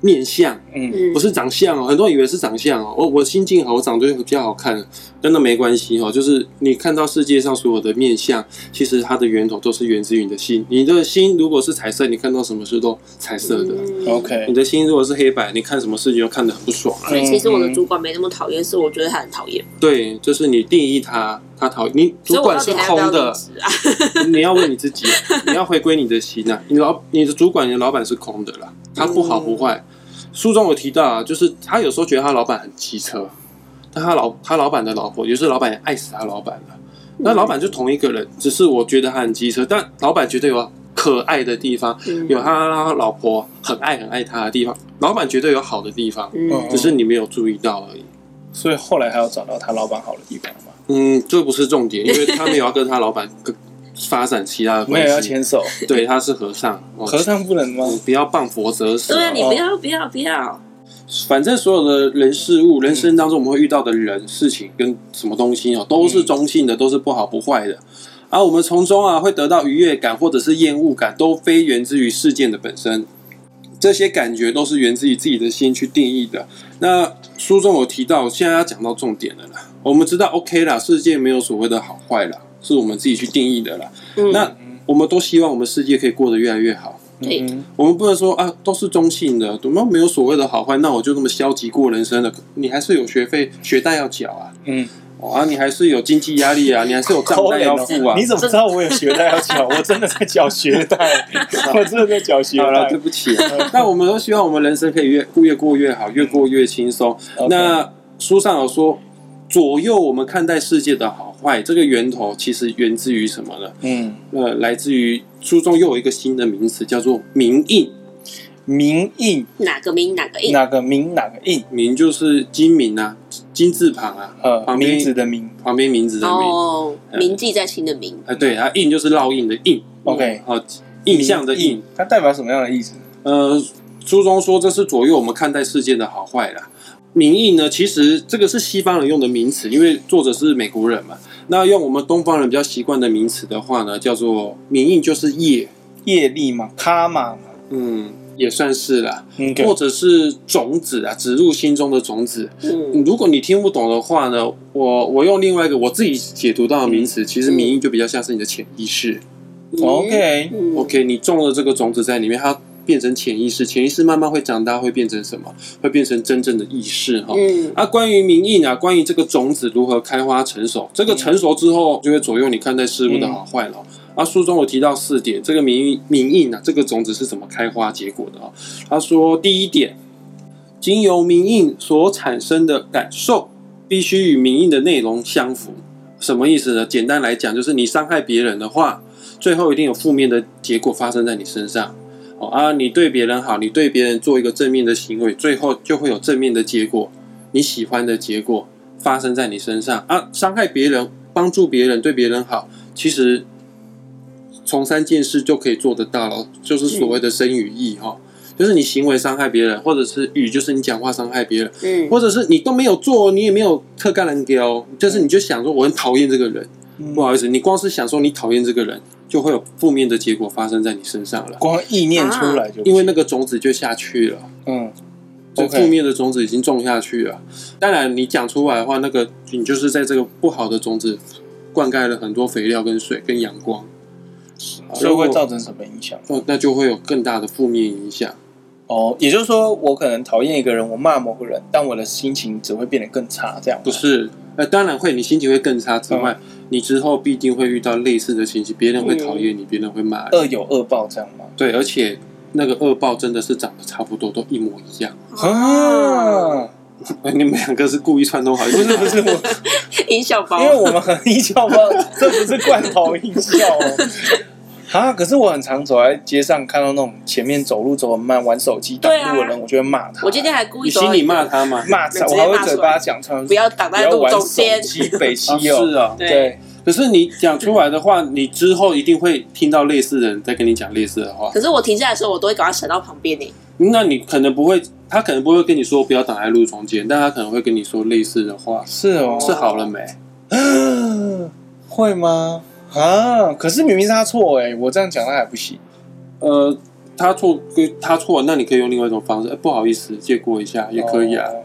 [SPEAKER 2] 面相，
[SPEAKER 1] 嗯
[SPEAKER 3] 嗯
[SPEAKER 2] 不是长相哦，很多人以为是长相哦，我我心境好，我长得就比较好看，真的没关系哦。就是你看到世界上所有的面相，其实它的源头都是源自于你的心。你的心如果是彩色，你看到什么事都彩色的；
[SPEAKER 3] 嗯
[SPEAKER 1] ，OK，
[SPEAKER 2] 你的心如果是黑白，你看什么事情都看得很不爽啊。
[SPEAKER 3] 所以其实我的主管没那么讨厌，是我觉得他很讨厌，
[SPEAKER 2] 对，就是你定义他，他讨厌你主
[SPEAKER 3] 所以我
[SPEAKER 2] 管
[SPEAKER 3] 到
[SPEAKER 2] 是
[SPEAKER 3] 底还要不要
[SPEAKER 2] 空
[SPEAKER 3] 离
[SPEAKER 2] 的，
[SPEAKER 3] 职啊？
[SPEAKER 2] 你要问你自己，你要回归你的心啊！你老你的主管、你的老板是空的啦，他不好不坏。书中有提到啊，就是他有时候觉得他老板很机车，但他老他老板的老婆，也就是老板也爱死他老板了。那老板就同一个人，只是我觉得他很机车，但老板绝对有可爱的地方，
[SPEAKER 3] 嗯
[SPEAKER 2] 有他老婆很爱很爱他的地方，老板绝对有好的地方，
[SPEAKER 3] 嗯
[SPEAKER 2] 只是你没有注意到而已。
[SPEAKER 1] 所以后来还要找到他老板好的地方嘛，
[SPEAKER 2] 嗯，这不是重点，因为他没有要跟他老板跟发展其他的
[SPEAKER 1] 没
[SPEAKER 2] 关
[SPEAKER 1] 有要
[SPEAKER 2] 系。
[SPEAKER 1] 牵手，
[SPEAKER 2] 对，他是和尚，哦
[SPEAKER 1] 和尚不能吗？
[SPEAKER 2] 你不要谤佛折舌。
[SPEAKER 3] 对啊，你不要不要不要，
[SPEAKER 2] 反正所有的人事
[SPEAKER 3] 嗯
[SPEAKER 2] 物，人生当中我们会遇到的人、事情跟什么东西哦，
[SPEAKER 3] 嗯
[SPEAKER 2] 都是中性的，都是不好不坏的。啊，我们从中啊会得到愉悦感或者是厌恶感，都非源自于事件的本身。这些感觉都是源自于自己的心去定义的。那书中有提到，现在要讲到重点了啦。我们知道，OK 啦，世界没有所谓的好坏啦，是我们自己去定义的啦。
[SPEAKER 3] 嗯
[SPEAKER 2] 那我们都希望我们世界可以过得越来越好。
[SPEAKER 3] 对
[SPEAKER 1] 嗯
[SPEAKER 2] 我们不能说啊，都是中性的，怎么没有所谓的好坏？那我就这么消极过人生了？你还是有学费、学贷要缴啊，
[SPEAKER 1] 嗯，
[SPEAKER 2] 哦啊，你还是有经济压力啊，你还是有账单要付啊
[SPEAKER 1] 你。怎么知道我有学贷要缴？我真的在缴学贷，我真的在缴学
[SPEAKER 2] 好了，
[SPEAKER 1] 贷
[SPEAKER 2] 对。不起、 啊。那我们都希望我们人生可以越越过越好，越过越轻松。
[SPEAKER 1] OK
[SPEAKER 2] 那书上有说，左右我们看待世界的好坏，这个源头其实源自于什么呢？
[SPEAKER 1] 嗯，
[SPEAKER 2] 呃，来自于书中又有一个新的名词，叫做明印。
[SPEAKER 1] 明印
[SPEAKER 3] 哪个名哪个印？
[SPEAKER 1] 哪个明哪个印？
[SPEAKER 2] 明就是金明啊，金字旁啊，
[SPEAKER 1] 呃，
[SPEAKER 2] 旁边
[SPEAKER 1] 名字的名。
[SPEAKER 2] 旁边名字的名。嗯
[SPEAKER 3] 哦，铭记在心的铭，
[SPEAKER 2] 啊，对，它印就是烙印的印
[SPEAKER 1] OK
[SPEAKER 2] 好、印象的印。，
[SPEAKER 1] 它代表什么样的意思？
[SPEAKER 2] 呃，书中说这是左右我们看待世界的好坏啦。名印呢，其实这个是西方人用的名词，因为作者是美国人嘛。那用我们东方人比较习惯的名词的话呢，叫做名印，就是业，
[SPEAKER 1] 业力嘛，卡玛嘛，
[SPEAKER 2] 嗯，也算是啦，
[SPEAKER 1] 嗯，
[SPEAKER 2] 或者是种子啊，植入心中的种子。
[SPEAKER 3] 嗯
[SPEAKER 2] 如果你听不懂的话呢，我我用另外一个我自己解读到的名词，其实名印就比较像是你的潜意识。
[SPEAKER 1] OK，
[SPEAKER 3] 嗯
[SPEAKER 2] OK，你种了这个种子在里面，它变成潜意识，潜意识慢慢会长大，会变成什么？会变成真正的意识哈。
[SPEAKER 3] 嗯，
[SPEAKER 2] 啊，关于民意啊，关于这个种子如何开花成熟，这个成熟之后就会左右你看待事物的好坏了哦。啊，书中有提到四点，这个民意民意啊，这个种子是怎么开花结果的啊、哦？他说，第一点，经由民意所产生的感受，必须与民意的内容相符。什么意思呢？简单来讲，就是你伤害别人的话，最后一定有负面的结果发生在你身上。哦啊，你对别人好，你对别人做一个正面的行为，最后就会有正面的结果，你喜欢的结果发生在你身上啊。伤害别人，帮助别人，对别人好，其实从三件事就可以做得到了，就是所谓的生与义哈、哦，就是你行为伤害别人，或者是语，就是你讲话伤害别人，
[SPEAKER 3] 嗯，
[SPEAKER 2] 或者是你都没有做，你也没有特干人给哦，就是你就想说我很讨厌这个人，
[SPEAKER 1] 嗯
[SPEAKER 2] 不好意思，你光是想说你讨厌这个人，就会有负面的结果发生在你身上了，
[SPEAKER 1] 光意念出来就不行
[SPEAKER 2] 因为那个种子就下去了。
[SPEAKER 1] 嗯
[SPEAKER 2] 这
[SPEAKER 1] OK
[SPEAKER 2] 负面的种子已经种下去了。当然，你讲出来的话，那个你就是在这个不好的种子灌溉了很多肥料、跟水、跟阳光，
[SPEAKER 1] 所以会造成
[SPEAKER 2] 成
[SPEAKER 1] 什么影响？
[SPEAKER 2] 那那就会有更大的负面影响。
[SPEAKER 1] 哦，也就是说，我可能讨厌一个人，我骂某个人，但我的心情只会变得更差，这样吗
[SPEAKER 2] 不是，呃，当然会，你心情会更差之外，
[SPEAKER 1] 嗯
[SPEAKER 2] 你之后必定会遇到类似的情形，别人会讨厌你，别人会骂你。
[SPEAKER 1] 恶有恶报这样吗？
[SPEAKER 2] 对，而且那个恶报真的是长得差不多，都一模一样。
[SPEAKER 3] 啊，
[SPEAKER 1] 啊，
[SPEAKER 2] 你们两个是故意串通好，不
[SPEAKER 1] 不是不是我，
[SPEAKER 3] 音效包
[SPEAKER 1] 因，为我们很音效吗？ 这不是罐头音效哦。啊！可是我很常走在街上，看到那种前面走路走很慢、玩手机挡
[SPEAKER 3] 对啊
[SPEAKER 1] 路的人，我就会骂他。
[SPEAKER 3] 我今天还故
[SPEAKER 2] 你
[SPEAKER 3] 意说哎
[SPEAKER 2] 心里骂他吗？
[SPEAKER 1] 骂他，我还会嘴巴讲出来，
[SPEAKER 3] 不要挡
[SPEAKER 1] 不
[SPEAKER 3] 在
[SPEAKER 1] 要
[SPEAKER 3] 路
[SPEAKER 1] 玩
[SPEAKER 3] 中
[SPEAKER 1] 手
[SPEAKER 3] 间，
[SPEAKER 1] 机，北西
[SPEAKER 2] 啊
[SPEAKER 1] 哦。
[SPEAKER 2] 是啊，
[SPEAKER 3] 对，
[SPEAKER 1] 对，
[SPEAKER 2] 可是你讲出来的话，你之后一定会听到类似的人在跟你讲类似的话。
[SPEAKER 3] 可是我停下来的时候，我都会赶快闪到旁边呢。哎
[SPEAKER 2] 那你可能不会，他可能不会跟你说不要挡在路中间，但他可能会跟你说类似的话。
[SPEAKER 1] 是哦，
[SPEAKER 2] 是好了没？
[SPEAKER 1] 会吗？啊！可是明明是他错哎，我这样讲他还不行。
[SPEAKER 2] 呃，他错跟他错，那你可以用另外一种方式，呃不好意思，借过一下也可以啊。
[SPEAKER 1] 哦。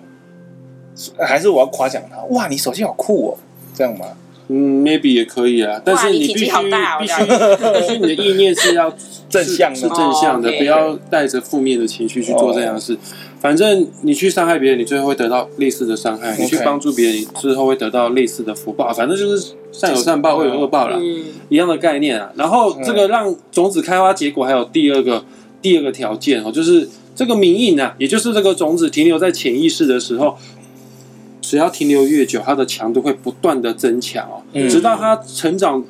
[SPEAKER 1] 还是我要夸奖他？哇，你手机好酷哦，这样吗？
[SPEAKER 2] 嗯，maybe 也可以啊，但是
[SPEAKER 3] 你体
[SPEAKER 2] 必
[SPEAKER 3] 积
[SPEAKER 2] 须
[SPEAKER 3] 好大哦
[SPEAKER 2] 必须必须你的意念是要
[SPEAKER 1] 正向的
[SPEAKER 2] 是是正向的
[SPEAKER 3] 哦，，OK
[SPEAKER 2] 不要带着负面的情绪去做这样的
[SPEAKER 1] 哦
[SPEAKER 2] 事。反正你去伤害别人，你最后会得到类似的伤害；
[SPEAKER 1] OK
[SPEAKER 2] 你去帮助别人，你之后会得到类似的福报。反正就是善有善报，
[SPEAKER 1] 就
[SPEAKER 2] 恶
[SPEAKER 1] 是
[SPEAKER 2] 有恶报啦，
[SPEAKER 3] 嗯，
[SPEAKER 2] 一样的概念啊。然后这个让种子开花结果，还有第二个第二个条件哦，就是这个名印啊，也就是这个种子停留在潜意识的时候，只要停留越久，它的强度会不断的增强哦，
[SPEAKER 1] 嗯
[SPEAKER 2] 直到它成长。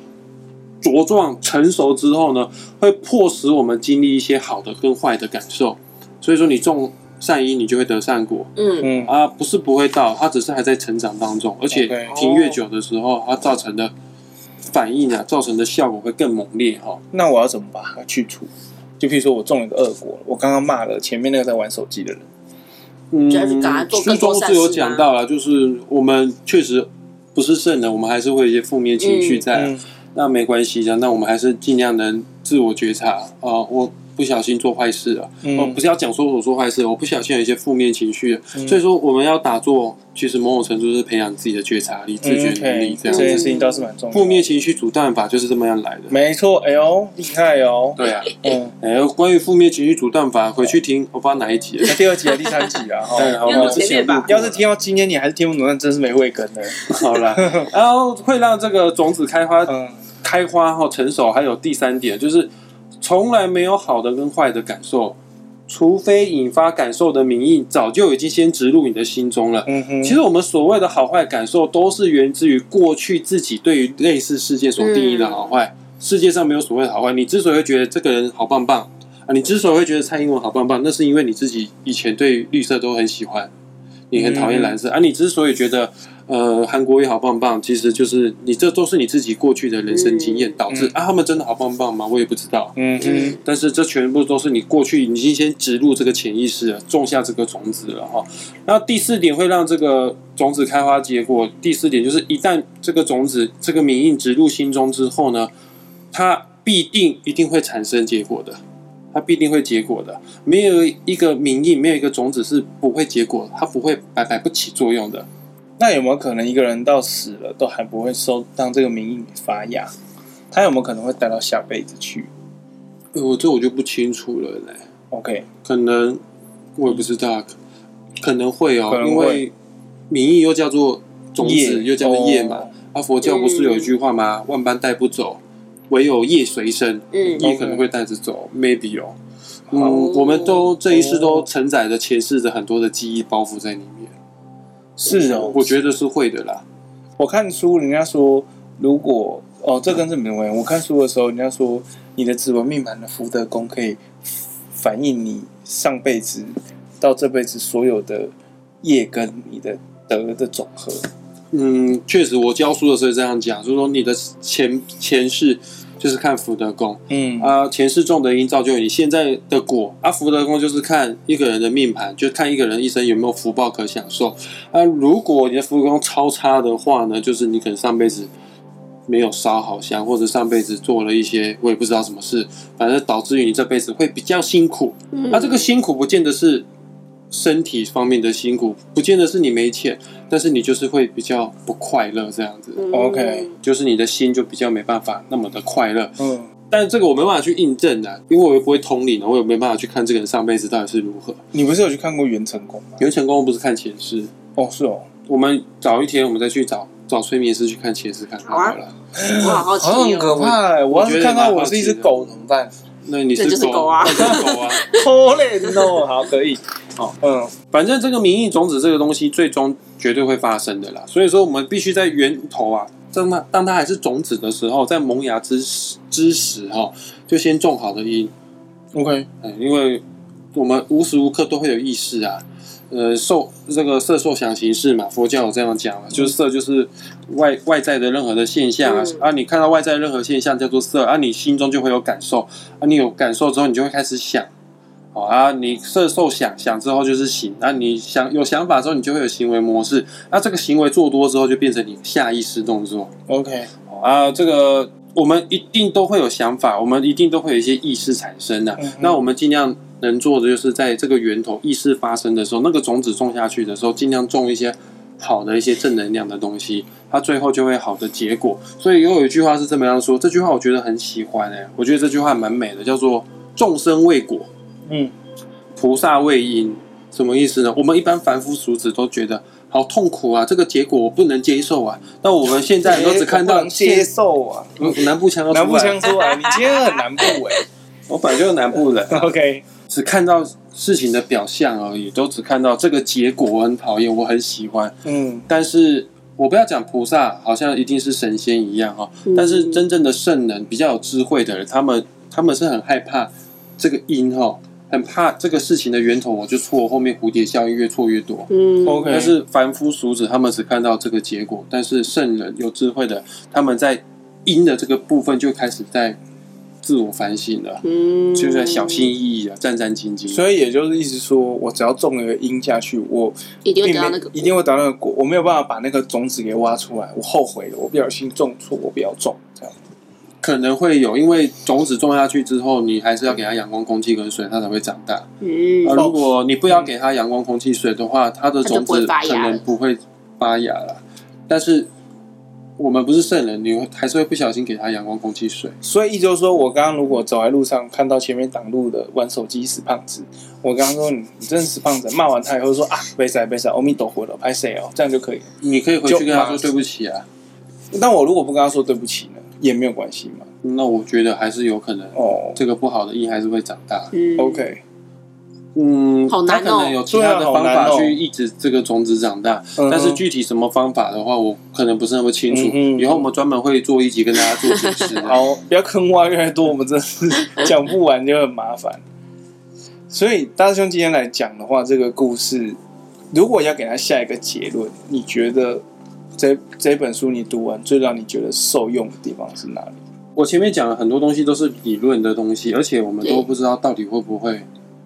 [SPEAKER 2] 茁壮成熟之后呢，会迫使我们经历一些好的跟坏的感受。所以说，你种善因，你就会得善果
[SPEAKER 3] 嗯，
[SPEAKER 1] 嗯，
[SPEAKER 2] 啊，不是不会到，它只是还在成长当中，而且
[SPEAKER 1] OK 哦
[SPEAKER 2] 停越久的时候，它造成的反应啊，造成的效果会更猛烈哈、哦。
[SPEAKER 1] 那我要怎么把它去除？就譬如说我中了一个恶果，我刚刚骂了前面那个在玩手机的人。
[SPEAKER 2] 嗯
[SPEAKER 3] 就要去赶快做
[SPEAKER 2] 书
[SPEAKER 3] 更多
[SPEAKER 2] 中
[SPEAKER 3] 善
[SPEAKER 2] 是有
[SPEAKER 3] 事
[SPEAKER 2] 讲
[SPEAKER 3] 啊
[SPEAKER 2] 到了，就是我们确实不是圣人，我们还是会有一些负面情绪
[SPEAKER 3] 嗯
[SPEAKER 2] 在啊。那没关系啊的，那我们还是尽量能自我觉察啊、呃我不小心做坏事了，
[SPEAKER 1] 嗯
[SPEAKER 2] 哦我不是要讲说我做坏事，我不小心有一些负面情绪了，啊
[SPEAKER 1] 嗯
[SPEAKER 2] 所以说我们要打坐，其实某种程度是培养自己的觉察力、自觉能力
[SPEAKER 1] 嗯这
[SPEAKER 2] 这样
[SPEAKER 1] 件
[SPEAKER 2] 子。
[SPEAKER 1] 事情倒是蛮重要的。
[SPEAKER 2] 负面情绪阻断法就是这么样来的。
[SPEAKER 1] 没错，哎呦，厉害哦。
[SPEAKER 2] 对啊，
[SPEAKER 1] 嗯，
[SPEAKER 2] 哎，关于负面情绪阻断法，回去听我不知道哪 一集了。
[SPEAKER 1] 那第二集啊，第三集 啊，哈。
[SPEAKER 2] 当然，我
[SPEAKER 3] 因为
[SPEAKER 2] 们
[SPEAKER 3] 我
[SPEAKER 2] 之
[SPEAKER 3] 前
[SPEAKER 2] 前
[SPEAKER 3] 面吧
[SPEAKER 2] 录过
[SPEAKER 1] 要是
[SPEAKER 2] 了
[SPEAKER 1] 听到今天你还是听不懂，那真是没慧根的。
[SPEAKER 2] 好了，然后会让这个种子开花
[SPEAKER 1] 嗯，
[SPEAKER 2] 开花后成熟，还有第三点就是从来没有好的跟坏的感受，除非引发感受的名义早就已经先植入你的心中了。
[SPEAKER 1] 嗯哼，
[SPEAKER 2] 其实我们所谓的好坏感受，都是源自于过去自己对于类似事件所定义的好坏。嗯世界上没有所谓的好坏，你之所以会觉得这个人好棒棒啊，你之所以会觉得蔡英文好棒棒，那是因为你自己以前对于绿色都很喜欢，你很讨厌蓝色、啊。你之所以觉得呃韩国也好棒棒，其实就是你这都是你自己过去的人生经验导致、
[SPEAKER 1] 嗯
[SPEAKER 2] 啊。他们真的好棒棒吗？我也不知道。
[SPEAKER 1] 嗯哼，
[SPEAKER 2] 但是这全部都是你过去已经先植入这个潜意识了，种下这个种子了哈。那第四点会让这个种子开花结果，第四点就是一旦这个种子这个名印植入心中之后呢，它必定一定会产生结果的，它必定会结果的。没有一个名印，没有一个种子是不会结果，它不会白白不起作用的。
[SPEAKER 1] 那有没有可能一个人到死了都还不会收，让这个名义发芽？他有没有可能会待到下辈子去？
[SPEAKER 2] 呃，我这我就不清楚了嘞。
[SPEAKER 1] OK，
[SPEAKER 2] 可能我也不知道，可能会哦
[SPEAKER 1] 可，能
[SPEAKER 2] 因
[SPEAKER 1] 会
[SPEAKER 2] 为民意又叫做种
[SPEAKER 1] 业
[SPEAKER 2] 子，又叫做业嘛。
[SPEAKER 1] 哦
[SPEAKER 2] 啊，佛教不是有一句话吗？万般带不走，唯有业随身。
[SPEAKER 3] 嗯
[SPEAKER 2] 业可能会带着走，maybe 哦。
[SPEAKER 1] 好
[SPEAKER 2] 嗯，我们都这一世
[SPEAKER 1] 哦
[SPEAKER 2] 都承载着前世的很多的记忆包袱在里面。
[SPEAKER 1] 是哦，
[SPEAKER 2] 我觉得是会的啦。
[SPEAKER 1] 我看书，人家说如果哦，这跟这没关系。我看书的时候，人家说你的指纹命盘的福德宫可以反映你上辈子到这辈子所有的业跟你的德的总和。
[SPEAKER 2] 嗯，确实，我教书的时候这样讲，就是说你的前前世就是看福德宫，
[SPEAKER 1] 嗯
[SPEAKER 2] 啊，前世种的因造就你现在的果。啊，福德宫就是看一个人的命盘，就看一个人一生有没有福报可享受。啊，如果你的福德宫超差的话呢，就是你可能上辈子没有烧好香，或者上辈子做了一些我也不知道什么事，反正导致于你这辈子会比较辛苦。
[SPEAKER 3] 嗯
[SPEAKER 2] 啊那、这个辛苦不见得是身体方面的辛苦，不见得是你没钱，但是你就是会比较不快乐这样子，
[SPEAKER 3] 嗯
[SPEAKER 1] OK
[SPEAKER 2] 就是你的心就比较没办法那么的快乐。
[SPEAKER 1] 嗯，
[SPEAKER 2] 但这个我没办法去印证的，因为我又不会通灵的，啊我也没办法去看这个人上辈子到底是如何。
[SPEAKER 1] 你不是有去看过元成功吗？
[SPEAKER 2] 元成功不是看前世，
[SPEAKER 1] 哦，是哦，
[SPEAKER 2] 我们早一天我们再去找找催眠师去看前世看看
[SPEAKER 3] 好啊
[SPEAKER 2] 好了。
[SPEAKER 3] 我好好奇
[SPEAKER 1] 好像很可
[SPEAKER 3] 哦，
[SPEAKER 1] 怕哎！我要
[SPEAKER 2] 我觉
[SPEAKER 1] 是
[SPEAKER 2] 得
[SPEAKER 1] 看到
[SPEAKER 2] 蛮好
[SPEAKER 1] 我是一
[SPEAKER 2] 奇
[SPEAKER 1] 只
[SPEAKER 2] 的
[SPEAKER 1] 狗怎么办？
[SPEAKER 2] 那你
[SPEAKER 3] 那就是是狗 啊
[SPEAKER 2] 那就是狗 啊。
[SPEAKER 1] 可怜 哦，好，可以。
[SPEAKER 2] 哦，
[SPEAKER 1] 嗯，
[SPEAKER 2] 反正这个民意种子这个东西，最终绝对会发生的啦。所以说，我们必须在源头啊，当它当它还是种子的时候，在萌芽之时之时哈、哦，就先种好的因。
[SPEAKER 1] OK，
[SPEAKER 2] 嗯，因为我们无时无刻都会有意识啊。呃，受这个色受想行识嘛，佛教有这样讲嘛，就是色就是外外在的任何的现象啊，
[SPEAKER 3] 嗯
[SPEAKER 2] 啊，你看到外在任何现象叫做色，啊，你心中就会有感受，啊，你有感受之后，你就会开始想，好啊，你色受想想之后就是行，那、你想有想法之后，你就会有行为模式，那、这个行为做多之后，就变成你下意识动作，
[SPEAKER 1] OK，
[SPEAKER 2] 哦啊，这个我们一定都会有想法，我们一定都会有一些意识产生的、
[SPEAKER 1] 嗯哼
[SPEAKER 2] 那我们尽量能做的就是在这个源头意识发生的时候，那个种子种下去的时候，尽量种一些好的一些正能量的东西，它最后就会好的结果。所以又有一句话是这么样说，这句话我觉得很喜欢哎、我觉得这句话蛮美的，叫做“众生为果，
[SPEAKER 1] 嗯，
[SPEAKER 2] 菩萨为因”。什么意思呢？我们一般凡夫俗子都觉得好痛苦啊，这个结果我不能接受啊。但我们现在都只看
[SPEAKER 1] 不
[SPEAKER 2] 到
[SPEAKER 1] 能
[SPEAKER 2] 现
[SPEAKER 1] 接受啊，
[SPEAKER 2] 嗯南部腔要出来
[SPEAKER 1] 南部腔出啊来，你今天很南部哎。
[SPEAKER 2] 我本来就是南部人，
[SPEAKER 1] OK，
[SPEAKER 2] 只看到事情的表象而已，都只看到这个结果，我很讨厌，我很喜欢。
[SPEAKER 1] 嗯，
[SPEAKER 2] 但是我不要讲菩萨，好像一定是神仙一样啊哈、
[SPEAKER 3] 嗯
[SPEAKER 2] 但是真正的圣人，比较有智慧的人，他们他们是很害怕这个因哈、很怕这个事情的源头，我就错，后面蝴蝶效应越错越多。
[SPEAKER 3] 嗯
[SPEAKER 1] OK
[SPEAKER 2] 但是凡夫俗子他们只看到这个结果，但是圣人有智慧的，他们在因的这个部分就开始在自我反省了。
[SPEAKER 3] 嗯，
[SPEAKER 2] 就是在小心翼翼啊，战战兢兢。
[SPEAKER 1] 所以也就是一直说我只要种了一个因下去，我
[SPEAKER 3] 一定会
[SPEAKER 1] 并
[SPEAKER 3] 得
[SPEAKER 1] 没
[SPEAKER 3] 到那个
[SPEAKER 1] 一定会得到那个果，我没有办法把那个种子给挖出来，我后悔了，我不小心种错，我不要种这样。
[SPEAKER 2] 可能会有，因为种子种下去之后，你还是要给它阳光、空气跟水，它才会长大。
[SPEAKER 3] 嗯
[SPEAKER 2] 啊，如果你不要给它阳光、空气、水的话，它的种子
[SPEAKER 3] 它就不会发
[SPEAKER 2] 可
[SPEAKER 3] 芽
[SPEAKER 2] 能不会发芽了。但是我们不是圣人，你会还是会不小心给它阳光、空气、水。
[SPEAKER 1] 所以意思就是说我刚刚如果走在路上看到前面挡路的玩手机死胖子，我刚刚说你你真的死胖子，骂完他以后说啊，别塞别塞，阿弥陀佛了，拍谁哦，这样就可以了。
[SPEAKER 2] 你可以回去跟他
[SPEAKER 1] 就
[SPEAKER 2] 说对不起啊。
[SPEAKER 1] 但我如果不跟他说对不起呢，也没有关系嘛。
[SPEAKER 2] 那我觉得还是有可能，
[SPEAKER 1] 哦
[SPEAKER 2] 这个不好的因还是会长大。
[SPEAKER 3] 嗯
[SPEAKER 1] ，OK，
[SPEAKER 2] 嗯，
[SPEAKER 3] 好难哦
[SPEAKER 2] 他可能有其他
[SPEAKER 1] 对
[SPEAKER 2] 的
[SPEAKER 1] 啊好
[SPEAKER 2] 方
[SPEAKER 1] 难
[SPEAKER 2] 法
[SPEAKER 1] 哦
[SPEAKER 2] 去抑制这个种子长大，
[SPEAKER 1] 嗯哼
[SPEAKER 2] 但是具体什么方法的话，我可能不是那么清楚。
[SPEAKER 1] 嗯哼
[SPEAKER 2] 以后我们专门会做一集跟大家做解释的。
[SPEAKER 1] 好，不要坑挖越来越多，我们真的是讲不完就很麻烦。所以大师兄今天来讲的话，这个故事，如果要给他下一个结论，你觉得这这本书你读完最让你觉得受用的地方是哪里？
[SPEAKER 2] 我前面讲了很多东西都是理论的东西，而且我们都
[SPEAKER 3] 对
[SPEAKER 2] 不知道到底会不会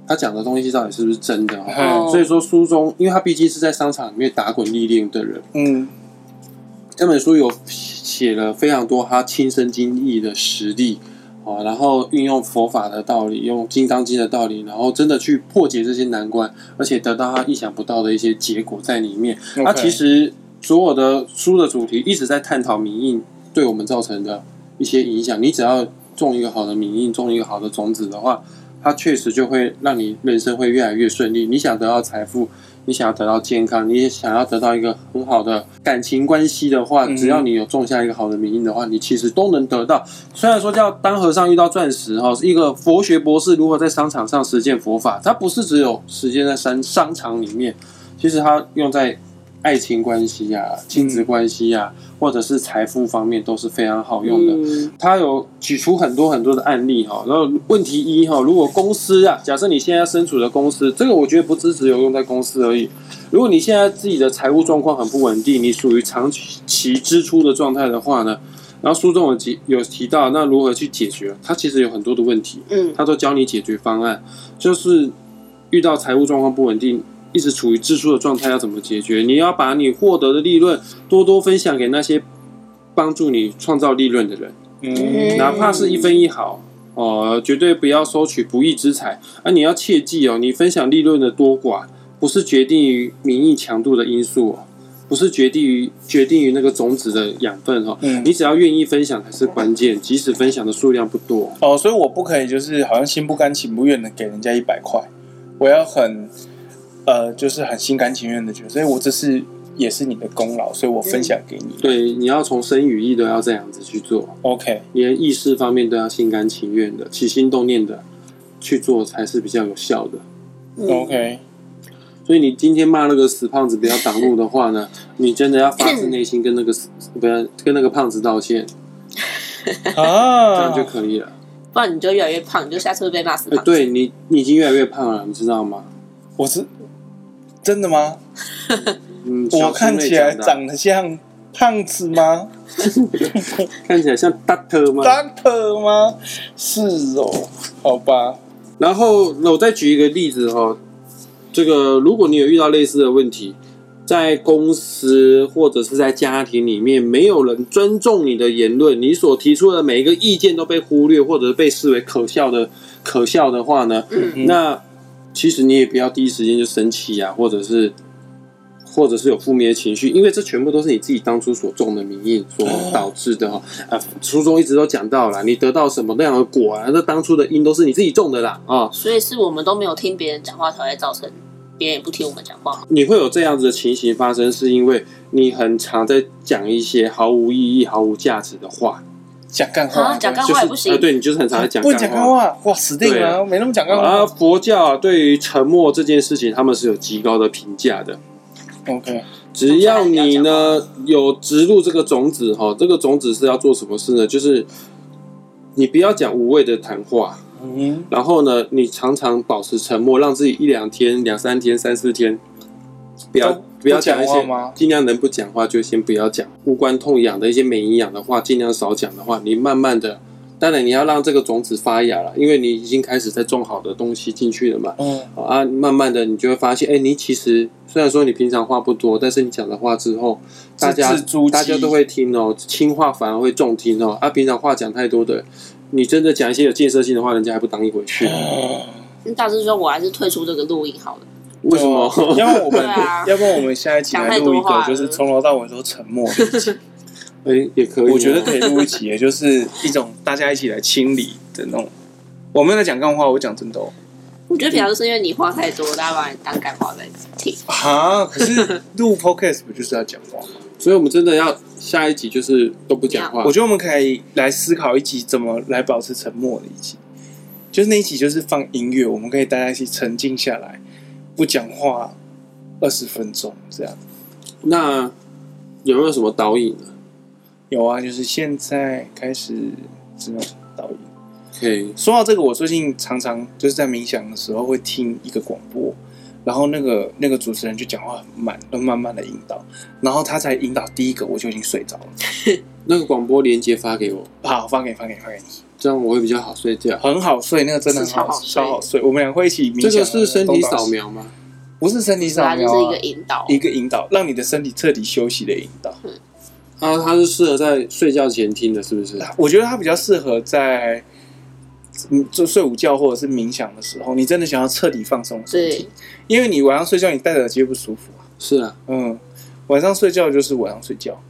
[SPEAKER 2] 他讲的东西到底是不是真的哦。
[SPEAKER 3] 哦
[SPEAKER 2] 所以说书中，因为他毕竟是在商场里面打滚历练的人，
[SPEAKER 1] 嗯
[SPEAKER 2] 这本书有写了非常多他亲身经历的实例啊，然后运用佛法的道理，用《金刚经》的道理，然后真的去破解这些难关，而且得到他意想不到的一些结果在里面。
[SPEAKER 1] ，OK，
[SPEAKER 2] 那其实所有的书的主题一直在探讨民印对我们造成的一些影响。你只要种一个好的民印，种一个好的种子的话，它确实就会让你人生会越来越顺利。你想得到财富，你想要得到健康，你也想要得到一个很好的感情关系的话，
[SPEAKER 1] 嗯
[SPEAKER 2] 只要你有种下一个好的名因的话，你其实都能得到。虽然说叫当和尚遇到钻石哈，一个佛学博士如何在商场上实践佛法，它不是只有实践在商商场里面，其实它用在爱情关系呀、亲子关系呀、或者是财富方面都是非常好用的。
[SPEAKER 3] 嗯，
[SPEAKER 2] 他有举出很多很多的案例哈。然后问题一哈，如果公司啊，假设你现在身处的公司，这个我觉得不只只有用在公司而已。如果你现在自己的财务状况很不稳定，你属于长期支出的状态的话呢，然后书中有提有提到，那如何去解决？它其实有很多的问题，
[SPEAKER 3] 嗯，
[SPEAKER 2] 他都教你解决方案，就是遇到财务状况不稳定。一直处于支出的状态要怎么解决？你要把你获得的利润多多分享给那些帮助你创造利润的人。
[SPEAKER 1] 嗯，
[SPEAKER 2] 哪怕是一分一毫，呃，绝对不要收取不义之财。啊，你要切记哦，你分享利润的多寡，不是决定于民意强度的因素哦，不是决定于决定于那个种子的养分哦。
[SPEAKER 1] 嗯
[SPEAKER 2] 你只要愿意分享才是关键，即使分享的数量不多。
[SPEAKER 1] 哦，所以我不可以就是好像心不甘情不愿的给人家一百块，我要很呃，就是很心甘情愿的觉得，所以我这是也是你的功劳，所以我分享给你。
[SPEAKER 2] 对，你要从生与义都要这样子去做，
[SPEAKER 1] OK，
[SPEAKER 2] 连意识方面都要心甘情愿的、起心动念的去做，才是比较有效的。
[SPEAKER 3] 嗯
[SPEAKER 1] OK，
[SPEAKER 2] 所以你今天骂那个死胖子不要挡路的 话呢，你真的要发自内心跟那个死不要跟那个胖子道歉，这
[SPEAKER 1] 啊
[SPEAKER 2] 样就可以了。
[SPEAKER 3] 不然你就越来越胖，你就下次会被骂死
[SPEAKER 2] 呃
[SPEAKER 3] 胖。
[SPEAKER 2] 对你，你已经越来越胖了，你知道吗？
[SPEAKER 1] 我是真的吗？
[SPEAKER 2] 嗯，
[SPEAKER 1] 我看起来
[SPEAKER 2] 小猪妹讲的啊嗯
[SPEAKER 1] 长得像胖子吗
[SPEAKER 2] 看起来像 Doctor 吗？
[SPEAKER 1] ？Doctor 吗？是哦，好吧，
[SPEAKER 2] 然后我再举一个例子哈、哦，这个如果你有遇到类似的问题，在公司或者是在家庭里面，没有人尊重你的言论，你所提出的每一个意见都被忽略，或者是被视为可笑的可笑的话呢，
[SPEAKER 3] 嗯
[SPEAKER 2] 那其实你也不要第一时间就生气啊，或者是。或者是有负面的情绪，因为这全部都是你自己当初所种的民意所导致的哈、啊，书中一直都讲到了，你得到什么那样的果啊，那当初的因都是你自己种的啦啊、
[SPEAKER 3] 所以是我们都没有听别人讲话，才会造成别人也不听我们讲话。
[SPEAKER 2] 你会有这样子的情形发生，是因为你很常在讲一些毫无意义、毫无价值的话，
[SPEAKER 1] 讲干话，
[SPEAKER 3] 啊，讲干
[SPEAKER 2] 就
[SPEAKER 3] 话
[SPEAKER 2] 是
[SPEAKER 3] 也不行
[SPEAKER 2] 呃，对你就是很常在讲
[SPEAKER 1] 不能讲干话，哇，死定
[SPEAKER 2] 对啊
[SPEAKER 1] 了，没那么讲干话。
[SPEAKER 2] 啊，佛教啊对于沉默这件事情，他们是有极高的评价的。
[SPEAKER 1] OK，
[SPEAKER 2] 只要你呢有植入这个种子哈，这个种子是要做什么事呢？就是你不要讲无谓的谈话，
[SPEAKER 1] 嗯，
[SPEAKER 2] 然后呢，你常常保持沉默，让自己一两天、两三天、三四天，不要
[SPEAKER 1] 都
[SPEAKER 2] 不要
[SPEAKER 1] 不讲
[SPEAKER 2] 讲一
[SPEAKER 1] 话
[SPEAKER 2] 些
[SPEAKER 1] 吗
[SPEAKER 2] 尽量能不讲话就先不要讲无关痛痒的一些没营养的话，尽量少讲的话，你慢慢的，当然你要让这个种子发芽了，因为你已经开始在种好的东西进去了嘛。
[SPEAKER 1] 嗯，
[SPEAKER 2] 好啊，慢慢的你就会发现，哎、你其实虽然说你平常话不多，但是你讲的话之后，
[SPEAKER 1] 字
[SPEAKER 2] 大家
[SPEAKER 1] 字珠玑
[SPEAKER 2] 大家都会听哦，轻话反而会重听哦。啊，平常话讲太多的，你真的讲一些有建设性的话，人家还不当一回事，
[SPEAKER 3] 嗯大师兄，我还是退出这个录音好 了。
[SPEAKER 2] 为什么？
[SPEAKER 1] 对啊要不然我
[SPEAKER 3] 对
[SPEAKER 1] 们，
[SPEAKER 3] 啊
[SPEAKER 1] 要不然我们下一集来录一
[SPEAKER 3] 讲太多话
[SPEAKER 1] 个，就
[SPEAKER 3] 了
[SPEAKER 1] 是从头到尾都沉 默的一集。
[SPEAKER 2] 哎、也可以、
[SPEAKER 1] 我觉得可以录一集，也就是一种大家一起来清理的那种。我没有在讲干话，我讲真的哦。
[SPEAKER 3] 我觉得比方是因为你话太多，大家把你当干话在 听。
[SPEAKER 1] 啊，可是录 podcast 不就是要讲话吗？
[SPEAKER 2] 所以我们真的要下一集就是都不讲话
[SPEAKER 1] 我。觉得我们可以来思考一集怎么来保持沉默的一集，就是那一集就是放音乐，我们可以大家一起沉静下来，不讲话二十分钟这样。
[SPEAKER 2] 那有没有什么导引呢？
[SPEAKER 1] 有啊，就是现在开始这种导演。
[SPEAKER 2] 可以，
[SPEAKER 1] 说到这个，我最近常常就是在冥想的时候会听一个广播，然后那个那个主持人就讲话很慢，都慢慢的引导，然后他才引导第一个，我就已经睡着了。
[SPEAKER 2] 那个广播连接发给我，
[SPEAKER 1] 好，发给你发给你发给你，
[SPEAKER 2] 这样我会比较好睡觉。
[SPEAKER 1] 很好睡，那个真的很好，
[SPEAKER 3] 是超好睡
[SPEAKER 1] 超好睡。我们俩会一起冥
[SPEAKER 2] 这
[SPEAKER 1] 想。
[SPEAKER 2] 个是身体扫
[SPEAKER 1] 东倒西，
[SPEAKER 2] 描吗？
[SPEAKER 1] 不是身体
[SPEAKER 3] 对
[SPEAKER 1] 扫
[SPEAKER 3] 啊，就
[SPEAKER 1] 描、
[SPEAKER 3] 是一
[SPEAKER 1] 啊
[SPEAKER 3] 个，引导。
[SPEAKER 1] 一个引导，让你的身体彻底休息的引导。
[SPEAKER 2] 啊，它是适合在睡觉前听的，是不是？
[SPEAKER 1] 我觉得它比较适合在嗯，就睡午觉或者是冥想的时候，你真的想要彻底放松身体
[SPEAKER 3] 对，
[SPEAKER 1] 因为你晚上睡觉你戴着耳机不舒服啊。
[SPEAKER 2] 是啊。
[SPEAKER 1] 嗯，晚上睡觉就是晚上睡觉，